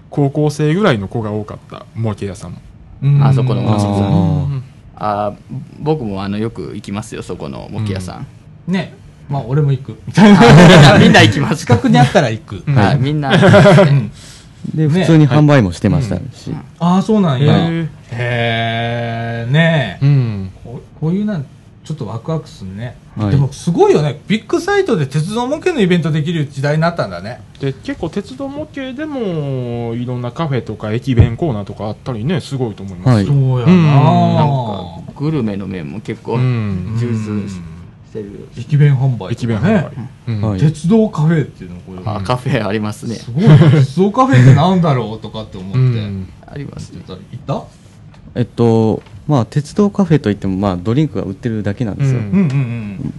高校生ぐらいの子が多かった、模型屋さんも。
うん
あそこの
ああ
うん
あ僕もあのよく行きますよそこの模型屋さん、
ねまあ俺も行くみたいな
あみんなみんな行きます
近くにあったら行く、
ん
はい、みんな、
うん
で、
ね
普通に販売もしてましたし。
ああそうなんや、
へ
へえねえ、
うん。
こうこういうなんちょっとワクワクするね、
はい
でもすごいよねビッグサイトで鉄道模型のイベントできる時代になったんだね
で、結構鉄道模型でも、いろんなカフェとか駅弁コーナーとかあったりね、すごいと思います。
はい
そうや
うん
な
なん
かグルメの面も結構
うん
充実してる、
駅弁販売
駅弁販売
ね、
うん
はい
鉄道カフェっていうのこれ、
あカフェありますね
すごいね鉄道カフェってなんだろうとかって思って、
うん
ありますね
行った
えっと、まあ、鉄道カフェといっても、まあ、ドリンクが売ってるだけなんですよ。
うん
うんうんうん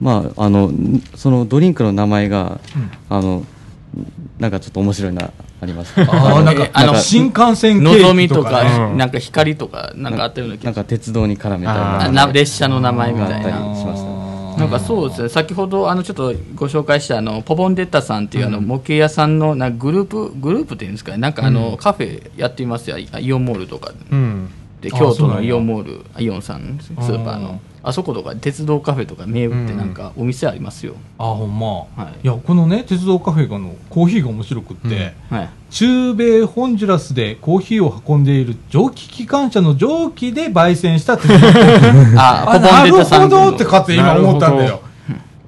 まあ、あの、んそのドリンクの名前が、
うん
あの、んなんかちょっと面白いな、あります。
ああなんか
えあの
新幹線
の
ケ
ぞ
ーキ
みと
とかね
か、
うん
なんか光とかなんかあったような気
な
が
んか鉄道に絡めたりと
あ
か
あな列車の名前みたい
あった
な
りしました
なんかそうですね先ほどあのちょっとご紹介したあのポポンデッタさんっていうあの模型屋さんのなんかグループグループっていうんですかねなんかあのカフェやっていますよイイオンモールとか
うん。
で
あ
京
そ
都
うなん
の
や
イオンモールイオンさんスーパー
うん
のあそことか鉄道カフェとか名物ってなんかお店ありますよ、
あほんま、
はい
い、やこのね鉄道カフェのコーヒーが面白くって、
うん
はい
中米ホンジュラスでコーヒーを運んでいる蒸気機関車の蒸気で焙煎した鉄道
あ
あ
ポポ
な
ンデ
る
ッタさ
ほ
んの
どってかって今思ったんだ
なる
よ
ほ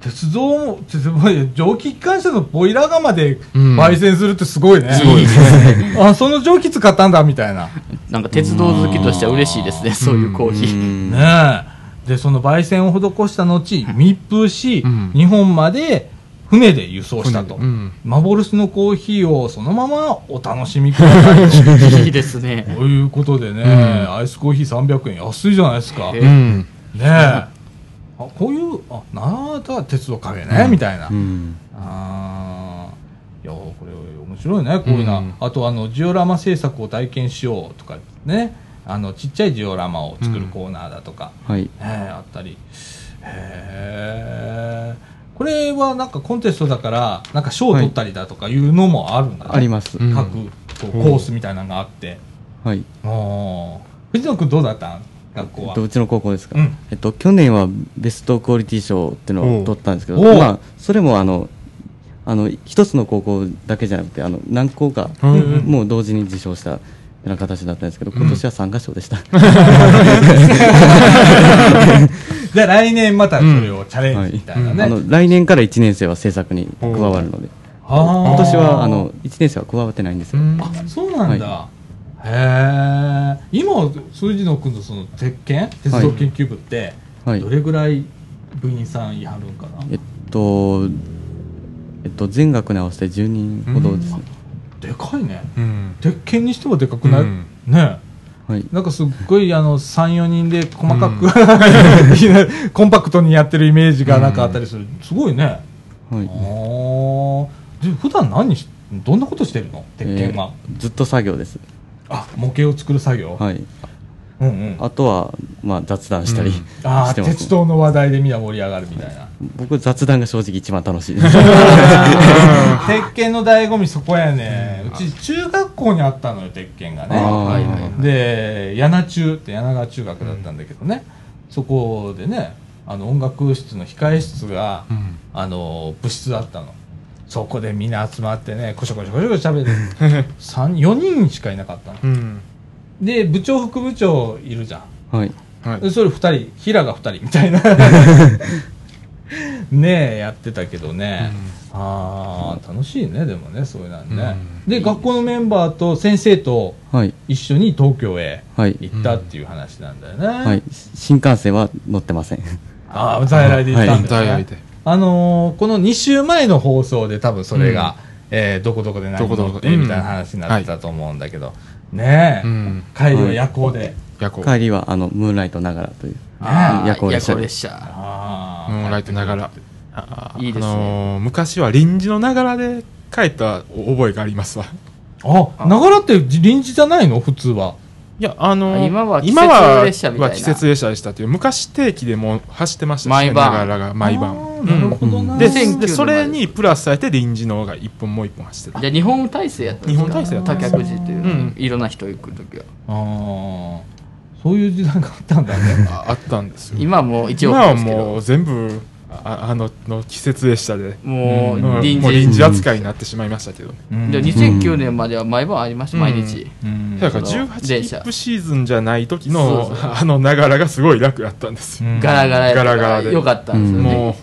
鉄道も鉄道蒸気機関車のボイラー釜で
うん
焙煎するってすごいね、
すごいです
あその蒸気使ったんだみたいな
なんか鉄道好きとしては嬉しいですねそういうコーヒ
う
ー
ん
ねえでその焙煎を施した後密封し、
うん
日本まで船で輸送したと、
船でうん
幻のコーヒーをそのままお楽しみくださいと
いいですね
こういうことでね、アイスコーヒー300円安いじゃないですか
え
ね
ー
え
うん。
あこういうあなたは鉄道カフェね、みたいな、
うん
あーいやこれ面白いねこういうな、
うん
あとあのジオラマ制作を体験しようとかねあのちっちゃいジオラマを作るコーナーだとか、
はい。
えーあったりへえこれはなんかコンテストだからなんか賞を取ったりだとかいうのもあるんだね、
あります。
うん
各こう
うん
コースみたいなのがあって、
はい。
おー藤野君どうだったん学校
えっ
は
と、うちの高校ですか、
う ん
えっと、去年はベストクオリティ賞っていうのを取ったんですけど、
おう
まあ、それもあのあの一つの高校だけじゃなくてあの何校か
うん
もう同時に受賞したような形だったんですけど今年は参加賞でした、
じゃあ来年またそれをチャレンジみたいなね、
あの来年から1年生は制作に加わるので
あー
今年はあの1年生は加わってないんですよ、
あそうなんだ、へえ今数字の君のその鉄拳鉄道研究部って、
はい
どれぐらい部員さんいはるんかな、
えっとえっと全学に合わせて10人ほどですね、
でかいね
うん。
鉄拳にしてはでかくない、
うん
ねえ
はい
なんかすっごいあの34人で細かく、 コンパクトにやってるイメージがなんかあったりする、すごいね
はい
あーで普段何しどんなことしてるの鉄拳は、
えーずっと作業です、
あ模型を作る作業、
はい、
うんうん
あとは、まあ、雑談したり、
うん
ああ
してます
鉄道の話題でみんな盛り上がるみたいな
僕雑談が正直一番楽 しいです
鉄拳の醍醐味そこやねうち中学校にあったのよ鉄拳が
あー
ねで柳中って柳川中学だったんだけどね、そこでねあの音楽室の控え室が、
うん
あの部室だったのそこでみんな集まってねこしょこしょこしょこしょ喋って4人しかいなかったの
うん
で部長副部長いるじゃん
はい。
はい
でそれ2人平が2人みたいなねえやってたけどね、ああ楽しいねでもねそういうなんね、
うん
で学校のメンバーと先生と
はい。
一緒に東京へ
はい。
行ったっていう話なんだよね、
はい。新幹線は乗ってません。
ああ在来で行ったんだよね、
はい在来で
あのーこの2週前の放送で多分それが、えーどこどこで何
どこどこ
乗ってみたいな話になってたと思うんだけど、ねえ、
うん
帰りは夜行で、
夜行
帰りは、あの、ムーンライトながらという。
あ
あー
夜行列車
列車。
ああ
ムーンライトながらあー
いいですね
あのー昔は臨時のながらで帰った覚えがありますわ
あ、ながらって臨時じゃないの普通は。
いやあのー
今は季節
今は
列車みたいな
は季節列車でしたっていう昔定期でもう走ってましたし
毎晩
ながらが毎晩
あーなるほど
う
な。
で
19
で
度まで
それにプラスされて臨時のが1本もう1本走って
じ
た
ゃあ日本体制やったんですか
日本体制やった
多脚時という、
うん
いろんな人行く時は。
あーそういう時代があったんだ ね。
ああったんですよ
今はもう一応
今
で
は
すけど。
もう全部ああのの季節列車で
もう
うん
臨時
もう臨時扱いになってしまいましたけどね
うん
じゃあ2009年までは毎晩ありました、
うん
毎日。
うん
だから
その
18
電
切
車
符シーズンじゃない時の
そうそう
あのながらがすごい楽だったんですよ、
うん
ガラガラやったから
ガラガラで
よかったんですよね。
も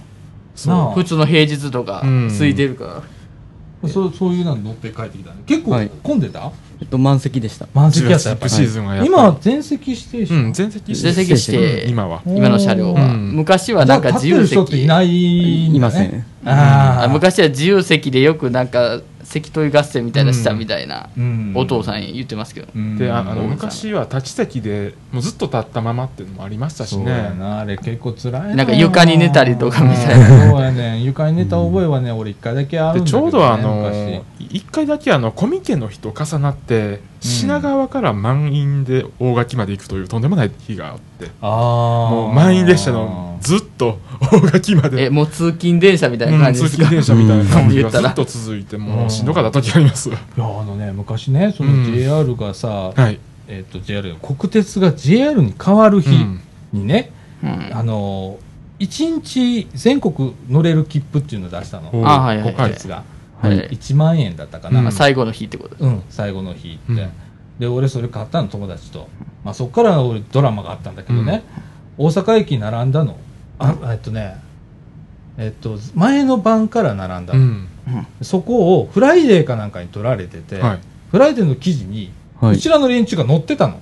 う
なあ
普通の平日とか
うん
空いてるから。
そうそういうの乗って帰ってきたね。結構
はい
混んでた
えっと、満席でした。
満席やったやっ
18切
ぱ
符シーズンはやっぱり
今は全席指定
う
し
ん全席
出席して、
うん今は
うん
今の車両は。
うん
昔はなんか自由
じゃあ立ってる人って
席
い。ないんだね
いません。
あ
あ
あ。
昔は自由席でよくなんか関取合戦みたいなしたみたいな、
うん
お父さん言ってますけど、
うん
でああの
うん
昔は立ち席でもうずっと立ったままっていうのもありましたし
そうや
ね
なあれ結構辛い
なんか床に寝たりとかみたいな、
なそうやねん床に寝た覚えはね俺一回だけある
で
んだけ
ち
どね
ょうどあの
昔
1回だけあのコミケの日と重なって品川から満員で大垣まで行くというとんでもない日があって
ああ
もう満員列車のずっと大垣まで
えもう通勤電車みたいな
う
感
ん
じ
通
ですか、
勤電車みたいな感じが
うん言った
ず
ら
っと続いてもうしんどかった時あり ますわ
いやあのね昔ねそうの
ん
JR がさ、
はい、
えっと JR 国鉄が JR に変わる日
うん
にね、
うん
あの1日全国乗れる切符っていうのを出したの
お
あはいはい
国
はい、
鉄が、
はい
はい
1万円だったか
う
な、
あ
ん
最後の日ってこと
うん最後の日って、
うん
で俺それ買ったの友達と、まあ、そっから俺ドラマがあったんだけどね、大阪駅並んだのあえっとねえっと前の晩から並んだ
う
の、
ん
そこをフライデーかなんかに取られてて、
はい
フライデーの記事に
は
う
い
ち。らの連中が乗ってたの。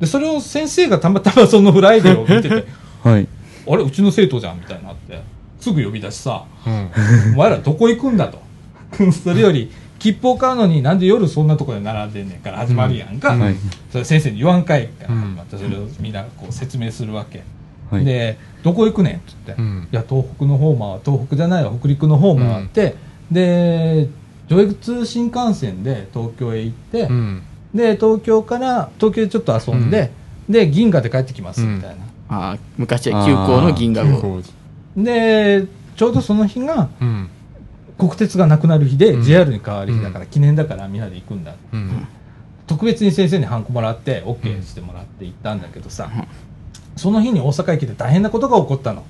で、それを先生がたまたまそのフライデーを見てて、
はい。
あれ、うちの生徒じゃんみたいになって、すぐ呼び出しさ、
うん
お前らどこ行くんだと。 それより、切符を買うのになんで夜そんなとこで並んでんねんから始まるやんか。
うん
はい。
それ先生に言わんかいから
うん
始まって、それをみんなこう説明するわけ。
はい。
で、どこ行くねんって言って、
うん
いや、東北の方回、東北じゃないわ、北陸の方回って、で、上越新幹線で東京へ行って、
うん
で東京から東京でちょっと遊んで、で銀河で帰ってきますみたいな、
ああ昔は急行の銀河
結
号
構
でちょうどその日が
うん
国鉄がなくなる日で、
うん
JR に変わる日だから、記念だからみんなで行くんだ
うん
特別に先生にハンコもらって
う
OK
ん
してもらって行ったんだけどさ、その日に大阪駅で大変なことが起こったの、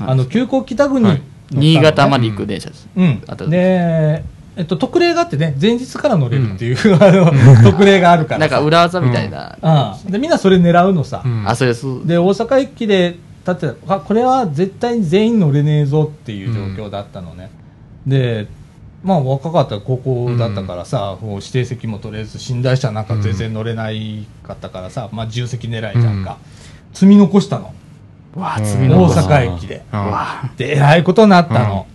うん
あの急行北国に乗ったのね、
新潟まで行く電車です、
うん
あった、
でえっと、特例があってね、前日から乗れるっていう、 あの、特例があるから
なん
さ。
か裏技みたいな、
うん。で、みんなそれ狙うのさ。
うん
あそうです
で大阪駅で立ってたあこれは絶対に全員乗れねえぞっていう状況だったのね、でまあ若かったら高校だったからさ、もう指定席も取れず寝台車なんか全然乗れないかったからさ、まあ自由席狙いじゃんか、積み残したの
わあ
うん
罪
大
の
残した
阪駅で
あ
わあ
でえらいことになったの、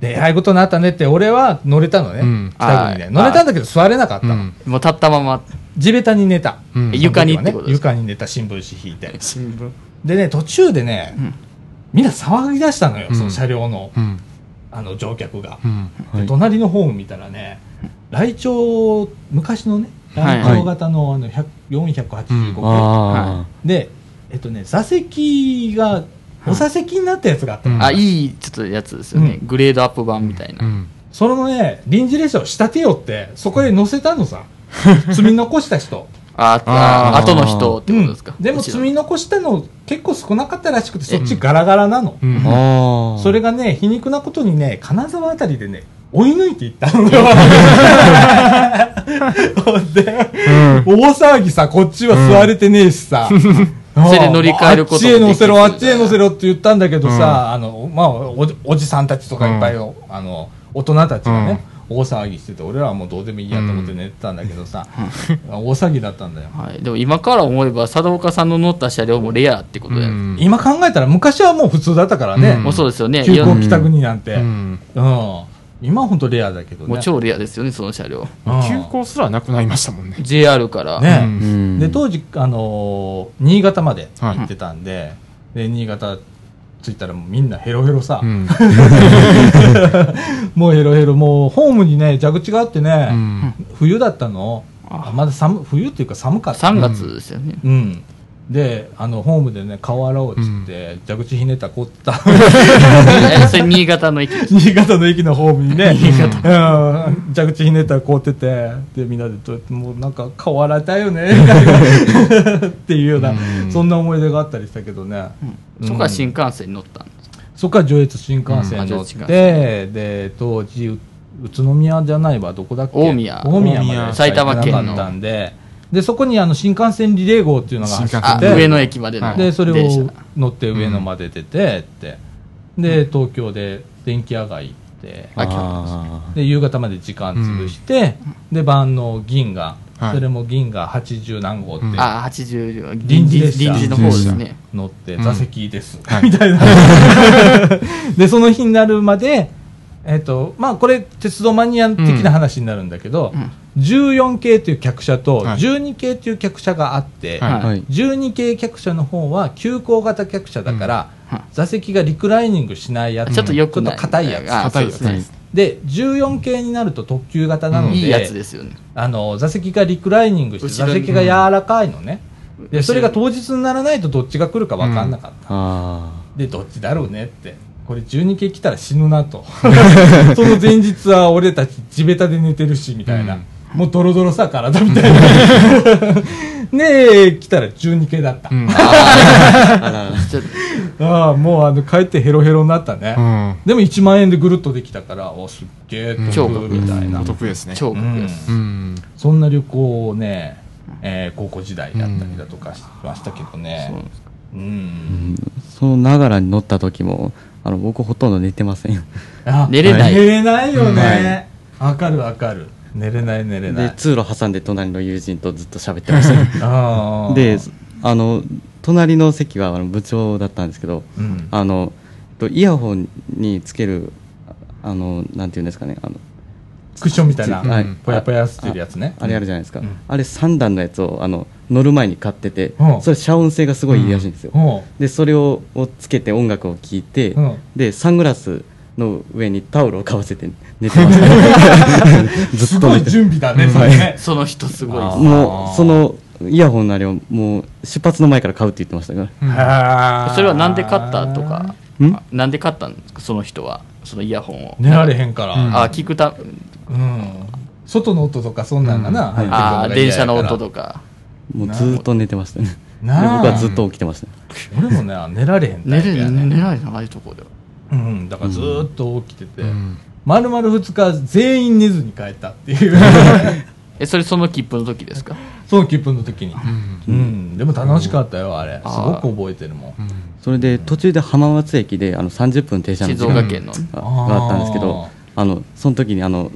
でえらいことになったねって俺は乗れたのね、
うん
北国で
はい
乗れたんだけど座れなかった
う
の、
ん
もう立ったまま
地べたに寝た、
うん
床にってことですか
床に寝た新聞紙引いて
新聞
でね途中でね、
うん
みんな騒ぎ出したのよ、
うん
その車両の
うん
あの乗客が、
うん
は
で
い。
隣のホーム見たらね来鳥昔のね
はい
来鳥型のあの100 485系、
あ
で、えっとね、座席がお座席になったやつがあったの、
うん
あいいちょっとやつですよね、
う
グレードアップ版みたいな、
うん
そのね臨時列車を仕立てようってそこへ乗せたのさ積み残した人
ああ
あー
後の人 ってことですか、
うんでも積
積
み
み
残したの結構少なかったらしくてそっちガラガラなの、
うん
ああ。
それがね皮肉なことにね金沢あたりでね追い抜いていったのよほんで、大騒ぎさこっちは座れてねえしさ、
それで乗り換えること
あっちへ乗せろ、
も
あ
できず
っちへ乗せろって言ったんだけどさ、あの、まあおじ、おじさんたちとかいっぱい、あの、大人たちがね、大騒ぎしてて、俺らはもうどうでもいいやと思って寝てたんだけどさ、大騒ぎだったんだよ。
はい、でも今から思えば佐藤岡さんの乗った車両もレアってこと
う
で、
ん
今考えたら昔はもう普通だったからね、
もうそうですよねい
急
や
行
も
帰宅になんて。
う
うん。
ん
今は本当レアだけどね。
う超レアですよねその車両
うん
休校すらなくなりましたもんね。
JR から、
ね
うん
うん。
で、当時、あのー新潟まで行ってたんで、で、新潟着いたらもうみんなヘロヘロさ、
うん
もうヘロヘロ、もうホームにね、蛇口があってね、
うん
冬だったの
あ
あまだ寒冬っていうか寒かった
3月ですよね、
うんであのホームでね顔洗おうっつって、蛇口ひねったこった
えそれ新潟の駅です
新潟の駅のホームにねうん蛇口ひねったら凍っててでみんなでどうやってもうなんか顔洗いたいよねっていうような、
うん
そんな思い出があったりしたけどね、うん
そこは新幹線に乗ったんです
そこから上越新幹線乗って、
うん
で当時う宇都宮じゃないわどこだっけ
大宮
大宮ま
大
で
宮
埼
埼
玉
玉
県
県の
だったんででそこにあの新幹線リレー号っていうのが走
新
っ
あ
幹
てて
線
上野駅までの
でそれ
電車
を乗って上野まで出てって、で東京で電気屋街行って
あ
あ
で夕方まで時間潰して、で晩の銀河、
はい
それも銀河80何号って
うん
あ80両
臨時列車
臨時の方ですね
乗って
うん
座席です、
はい
みた いなでその日になるまでえっとまあこれ鉄道マニア的な話になるんだけど、
うん
14系という客車と
はい
12系という客車があって、
はい
あ。はい。
12系客車の方は急行型客車だから、
うん
座席がリクライニングしないやつ、
ちょっとよく
ちょ
な
っ
い
と硬いやつ
あ
硬いや
そ
つ
うですね
で14系になると特急型なので,、
いいやつですよね
あの座席がリクライニングして
後
座
ろに
席が柔らかいのね、
ん
でそれが当日にならないとどっちが来るか分かんなかった、
あ
でどっちだろうねってこれ12系来たら死ぬなとその前日は俺たち地べたで寝てるしみたいな、
うん
もうドロドロさ体みたいなねえ来たら12系だった、
うん
ちょっ と
ああもうあの帰ってヘロヘロになったね、
うん
でも1万円でぐるっとできたからおすっげえ
超
得
得
みたいな、
お得ですね。
超
う
国
ん
です、
うん
そんな旅行をね、えー高校時代だったりだとかしましたけどね
そうです
うん、
あ。そのながらに乗った時も、あの、僕ほとんど寝てませんよ。
あ
寝れない
寝れないよねわ、かるわかる寝れない寝れな
で
い、
通路挟んで隣の友人とずっと喋ってましたね。
ああ
で、あの、隣の席はあの部長だったんですけど、
うん、
あの、とイヤホンにつける、あの、なんていうんですかね、あの、
クッションみたいな、
はい
ぽやぽやしてるやつね
あれあるじゃないですか、
うん
あれ3段のやつをあの乗る前に買ってて、
うん
それ遮音性がすごいいいらしいんですよ、
ほ
でそれををつけて音楽を聴いて、
うん
でサングラスの上にタオルをかぶせて寝てました
う
ず
す
っと
ご
寝
い
て
準備だね、それね
その人すごいで
あ
す
ー
もうそのイヤホンのあれをもう出発の前から買うって言ってましたから
はあ
それはなんで買ったとか
ん
あなんで買ったんですかその人はそのイヤホンを、
寝られへんから、
うん
あ聞くた
うん外の音とかそんなんがな、入ってくるのが
あー電車の音
か
とか
もうずーっと寝てましたねで
なあ
僕はずっと起きてました、ね、
俺もね寝られへんタ
寝
イプ
れ
や
る
ね
寝られないああいうとこでは
うん、だからずーっと起きてて、
うん
丸々2日全員寝ずに帰ったっていう
えそれその切符の時ですか
その切符の時に、うんでも楽しかったよあれす
あ
ご
ー
く覚えてるもん
それで途中で浜松駅であの30分停車の時
静
間
岡県の、
が
あー
があったんですけどあのその時にあの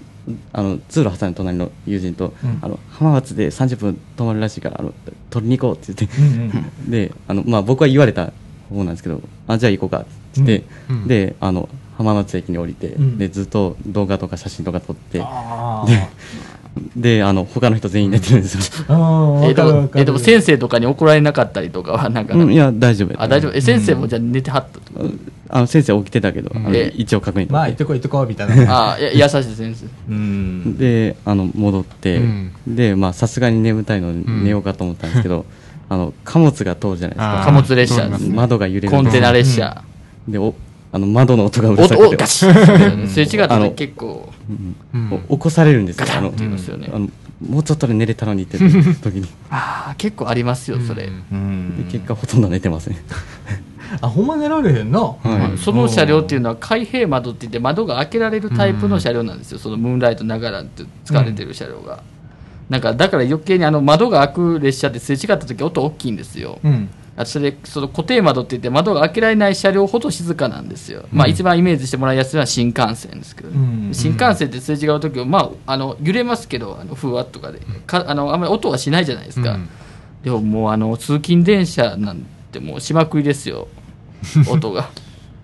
あの通路挟んで隣の友人と、
うん
あの浜松で30分泊まるらしいからあの取りに行こうって言って、
うん
であの、まあ、僕は言われた方なんですけどあじゃあ行こうかって言って、
うんうん
であの浜松駅に降りて、
うん
でずっと動画とか写真とか撮って
あー
であの他の人全員寝てるんですよ、
うん
え
分
で
かる分
も
かる
えでも先生とかに怒られなかったりとかはなんか、
うんいや大丈夫やった
あ大丈夫え先生もじゃあ寝てはったと、
あの先生起きてたけど、あの
え
一応確認取って
まあ行ってこい行ってこいみたいな
あーいや優しい先生
うん
であの戻って、
うん
でまあさすがに眠たいので
ん
寝ようかと思ったんですけど、あの貨物が通るじゃないです
あー
か
貨物列車
通りますね
窓が揺れる
コンテナ列車、
でおあの窓の音がうるさ
おお
くて
ガシッすれ違った
あ
ら
の
結構
うん
お起こされるんですよあの
言いますよね、
あのもうちょっとで寝れたのにって時に
ああ結構ありますよそれ、
うん
うん
で結果ほとんど寝てません
あほんま寝られへんな、
はい
その車両っていうのは開閉窓って言って窓が開けられるタイプの車両なんですよ、そのムーンライトながらって使われてる車両が、なんかだから余計にあの窓が開く列車ってすれ違った時音大きいんですよ、
うん
あそれその固定窓って言って窓が開けられない車両ほど静かなんですよ、まあ一番イメージしてもらいやすいのは新幹線ですけど、
うん
新幹線ってすれ違う時は、まあ、あの揺れますけどあのふわっとかでかあのあんまり音はしないじゃないですか、
うん
でももうあの通勤電車なんてもうしまくりですよ音が。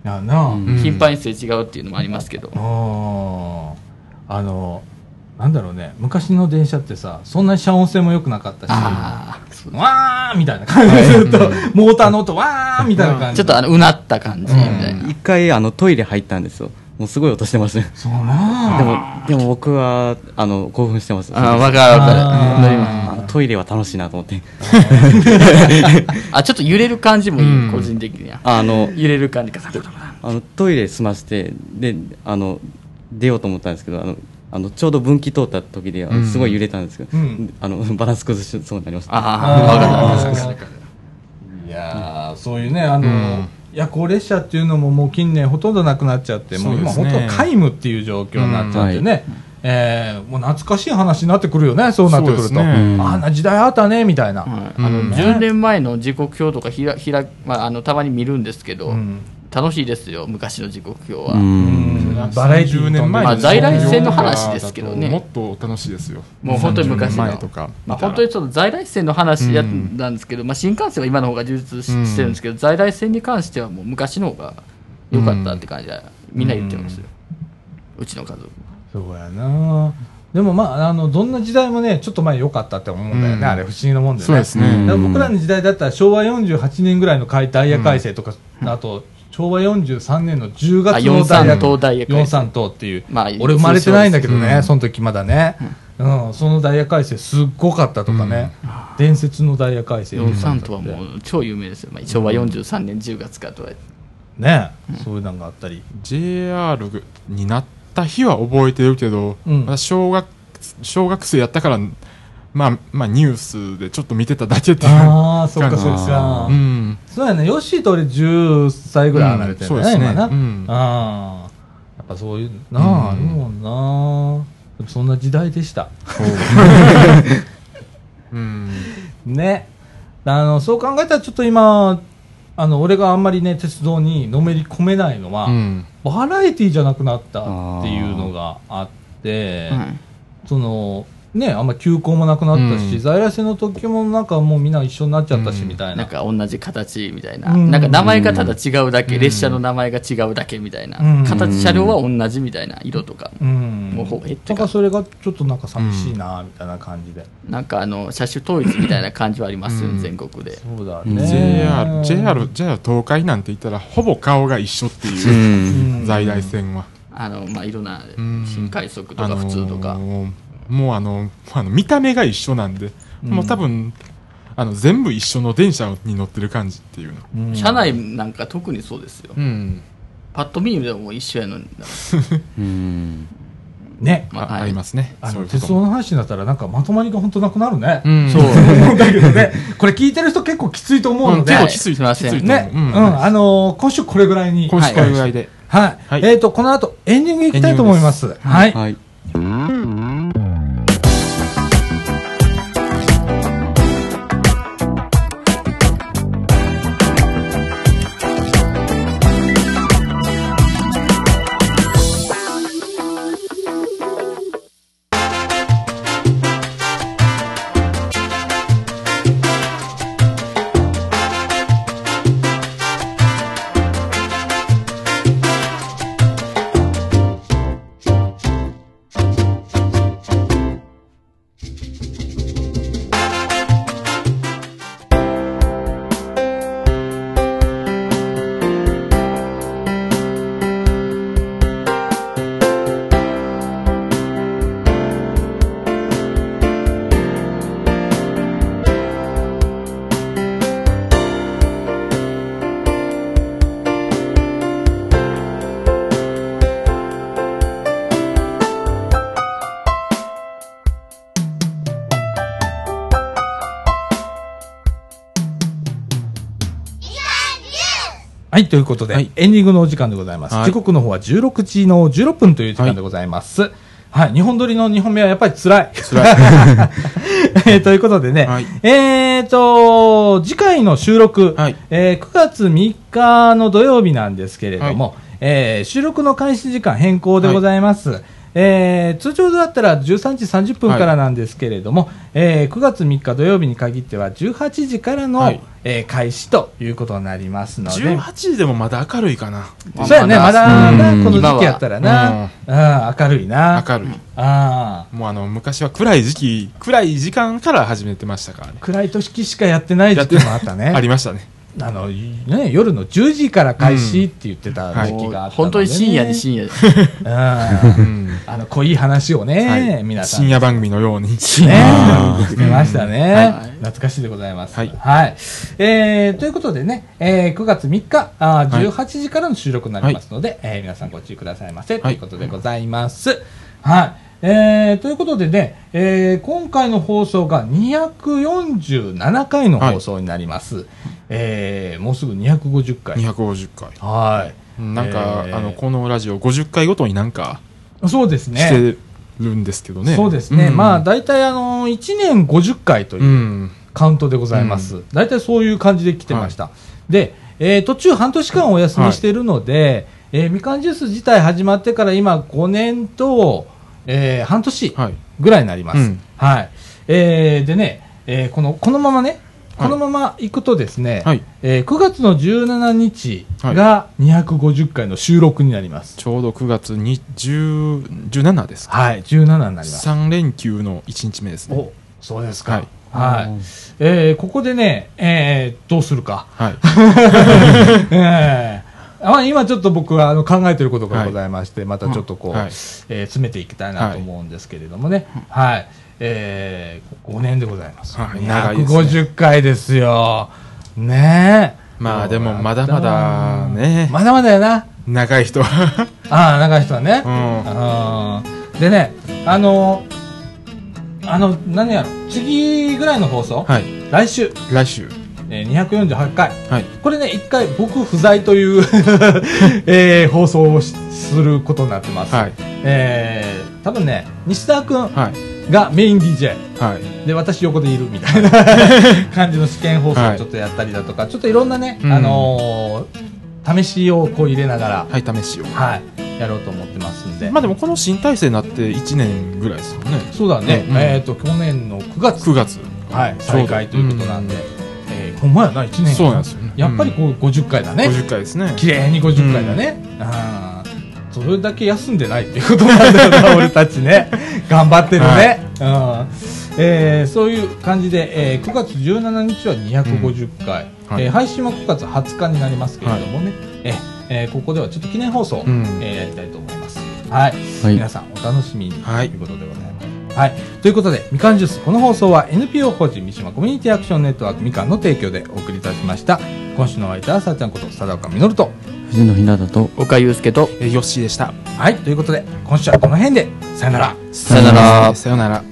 やな、
うん
頻繁にすれ違うっていうのもありますけど、
あーあのなんだろうね昔の電車ってさそんなに遮音性も良くなかったし
ああそう
わーみたいな感じでずっと、モーターの音わーみたいな感
ちょ
じ
っとあのうなった感じみたいな、
一回あのトイレ入ったんですよもうすごい音してますね
そうな
でもでも僕はあの興奮してます
ああ分かる分
あー
かる
あのトイレは楽しいなと思って
あちょっと揺れる感じもいい、
うん
個人的には
あの
揺れる感じかさこら
あのトイレ済ましてであの出ようと思ったんですけどあのあのちょうど分岐通った時であのすごい揺れたんですけど、
うん
あのバランス崩しそうになりました
ああ分
あ
かる
ーいやーそういうねあの、
うん
夜行列車っていうのももう近年ほとんどなくなっちゃってもう今
そう
本
ですね
当皆無っていう状況になっちゃって
うん
ね、えーもう懐かしい話になってくるよねそうなってくる
そう
と、
ですね
あんな時代あったねみたいな、
はいあの
うん
10年前の時刻表とかひらひら、まあ、あのたまに見るんですけど、
うん
楽しいですよ昔の時刻表は、
うん
うんバラエティーに富んで
10年前
ま
の
あ在来線の話ですけどね
もっと楽しいですよ
もう本当に昔の
30年前とか
まあ、本当にその在来線の話やなんですけど、まあ、新幹線は今の方が充実し
うん
してるんですけど、在来線に関してはもう昔の方が良かったって感じで、みんな言ってますよ、うちの家族も
そうやなでもまああのどんな時代もねちょっと前良かったって思うんだよね、
うん
あれ不思議なもんでね
そうです
だ
ね
から僕らの時代だったら昭和48年ぐらいの改ダイヤ改正とか、あと昭和43年の10
あ
月のダイヤ
43東大役
43等っていう、
まあ
俺生まれてないんだけどね、
うん
その時まだね、うんそのダイヤ改正すっごかったとかね、伝説のダイヤ改正
43とはもう超有名ですよ、まあ、昭和43年10月かとは、
ね、そういうのがあったり
JR になった日は覚えてるけど、
うん
まだ小学小学生やったから、まあ、まあニュースでちょっと見てただけっていう
ああそっかそっ
あ
か
ー
うん
そうやね、ヨッシーと俺10歳ぐらい離れてるね、
うんそうですね
今な。
うん
ああやっぱそういう、なあ、
う
で
ん
もんなでもそんな時代でした。
うん
ね。あの、そう考えたらちょっと今、あの、俺があんまりね、鉄道にのめり込めないのは、
うん
バラエティじゃなくなったっていうのがあって、
はい
その、ね、あんま休校もなくなったし、
うん
在来線の時もなんかもうみんな一緒になっちゃったし、
うん
みたい
なん
な。
か同じ形みたいな、
うん
なんか名前がただ違うだけ、
うん
列車の名前が違うだけみたいな、
うん
形車両は同じみたいな色とか、
うん。
もうほえって
なん
か
かそれがちょっとなんか寂しいな、みたいな感じで。
なんかあの車種統一みたいな感じはありますよ、
うん
全国で。
そうだ
うん
JR,
う
JR, JR 東海なんて言ったらほぼ顔が一緒って
う
いうん
ん
在来線は、
あのまあ、いろんな
うん
新快速とか普通とか、
あのーもうあのあの見た目が一緒なんで、
うん
もう多分あの全部一緒の電車に乗ってる感じっていうの、
うん
車内なんか特にそうですよ、
うん
パッと見でももう一緒やのに、
うん
ね
あ
まあ、
ありますすね
あ
そう
の
いうこと
鉄
も
道の話になったらなんかまとまりが本当なくなるね、
うん
そう思うんだけどねこれ聞いてる人結構きついと思うので、
結構きつい
すいません
きついと思
ね、
う
う、
うんん
あのー今週これぐらいに、
今週これぐらいで、
はい、
はい
えっ、と、この後エンディングいきたいと思います。はい、
はい
はい、ということで、
はい
エンディングのお時間でございます。
はい
時刻の方は16時の16分という時間でございます。はい、日本撮りの2本目はやっぱり辛い。 辛い。ということでね、
はい
えーと、次回の収録、
はい
えー9月3日の土曜日なんですけれども、えー収録の開始時間変更でございます。えー通常だったら13時30分からなんですけれども、えー9月3日土曜日に限っては18時からの、
はい
えー開始ということになりますので、
18時でもまだ明るいかな。
そうやね、まだな、
うん
この時期やったらな、うん、明るいな。
明るい。
ああ
もうあの、昔は暗い時期、暗い時間から始めてましたからね。
暗い年しかやってない時期もあったね。
ありましたね。
あの、ね、夜の10時から開始って言ってた時期があったのでね、
本当に深夜に深夜に
うん。
うん
あの、濃い話をね、
はい
皆さん。
深夜番組のように。
ね
あ、
出ましたね、
はい
懐かしいでございます。は。
はいい
えーということでね、えー9月3日あー、
はい
18時からの収録になりますので、えー皆さんご注意くださいませ、
はい
ということでございます。はい。えーということでね、えー今回の放送が247回の放送になります。えーもうすぐ250回。
250回。
はい。
なんか、
えー
あの、このラジオ50回ごとになんか
そうですね。
してるんですけどね。
そうですね。
ん
まあ、、大体あのー、1年50回という
う、ん。
カウントでございます、大体そういう感じで来てました、で、えー途中半年間お休みしているので、えーみかんジュース自体始まってから今5年と、えー半年
はい。
ぐらいになります、
うん
はいえーでね、えーこのこのままね
は
この
い
まま行くとですね、
はい
えー9月の17日が250回の収録になります
ちょうど9月に10 17ですか。
はい、17になります
3連休の1日目ですね。
おそうですか
はい
はいえーここでね、えーどうするか
はい。
ええまあ、今ちょっと僕はあの考えていることがございまして、またちょっとこう、
はい
えー詰めていきたいなと思うんですけれどもね、はい、えー、5年でございます。
はい長いですね
250回ですよ。ねえ。
まあでもまだまだね
まだまだやな。
長い 人は。
ああ、長い人はね。
う
うんでね、あのあの、何やろ、次ぐらいの放送、
ん。はい。
来週、
来週。
えー、248回。
はい。
これね、一回僕不在という、 えー放送をしすることになってます。
はい。
えー多分ね、西澤くん
はい。
がメイン DJ。
はい。
で、私横でいるみたい な感じの試験放送をちょっとやったりだとか、ちょっといろんなね、
うん
あのー試しをこう入れながら、
はい、試しを。
はい、やろうと思ってますんで。
まあでもこの新体制になって1年ぐらいですよね。
そうだね、
うん
えっ、と、去年の9月、
9月。
はい、再開ということなんで、
うん
えーほんまやな、1年間
そうなんですよね。
やっぱり
う
こう50回だ
ん、
ね。
50回ですね。
綺麗に50回だね、あーそれだけ休んでないっていうことなんだよ な俺たちね頑張ってるね、うんえーそういう感じで、えー9月17日は250回、
うんはい
えー配信は9月20日になりますけれどもね、えーえーここではちょっと記念放送、
うん
えーやりたいと思いますはい、
はい
皆さんお楽しみにと
はい
いうことでございます、はい、ということで、みかんジュース、この放送は NPO 法人三島コミュニティアクションネットワークみかんの提供でお送りいたしました。今週のお相手は、さあちゃんこと、佐田岡実と。
藤野ひなたと
岡祐介と
えー、ヨッシーでした。
はい、ということで、今週はこの辺で、さよなら。
さ
よなら
さよなら。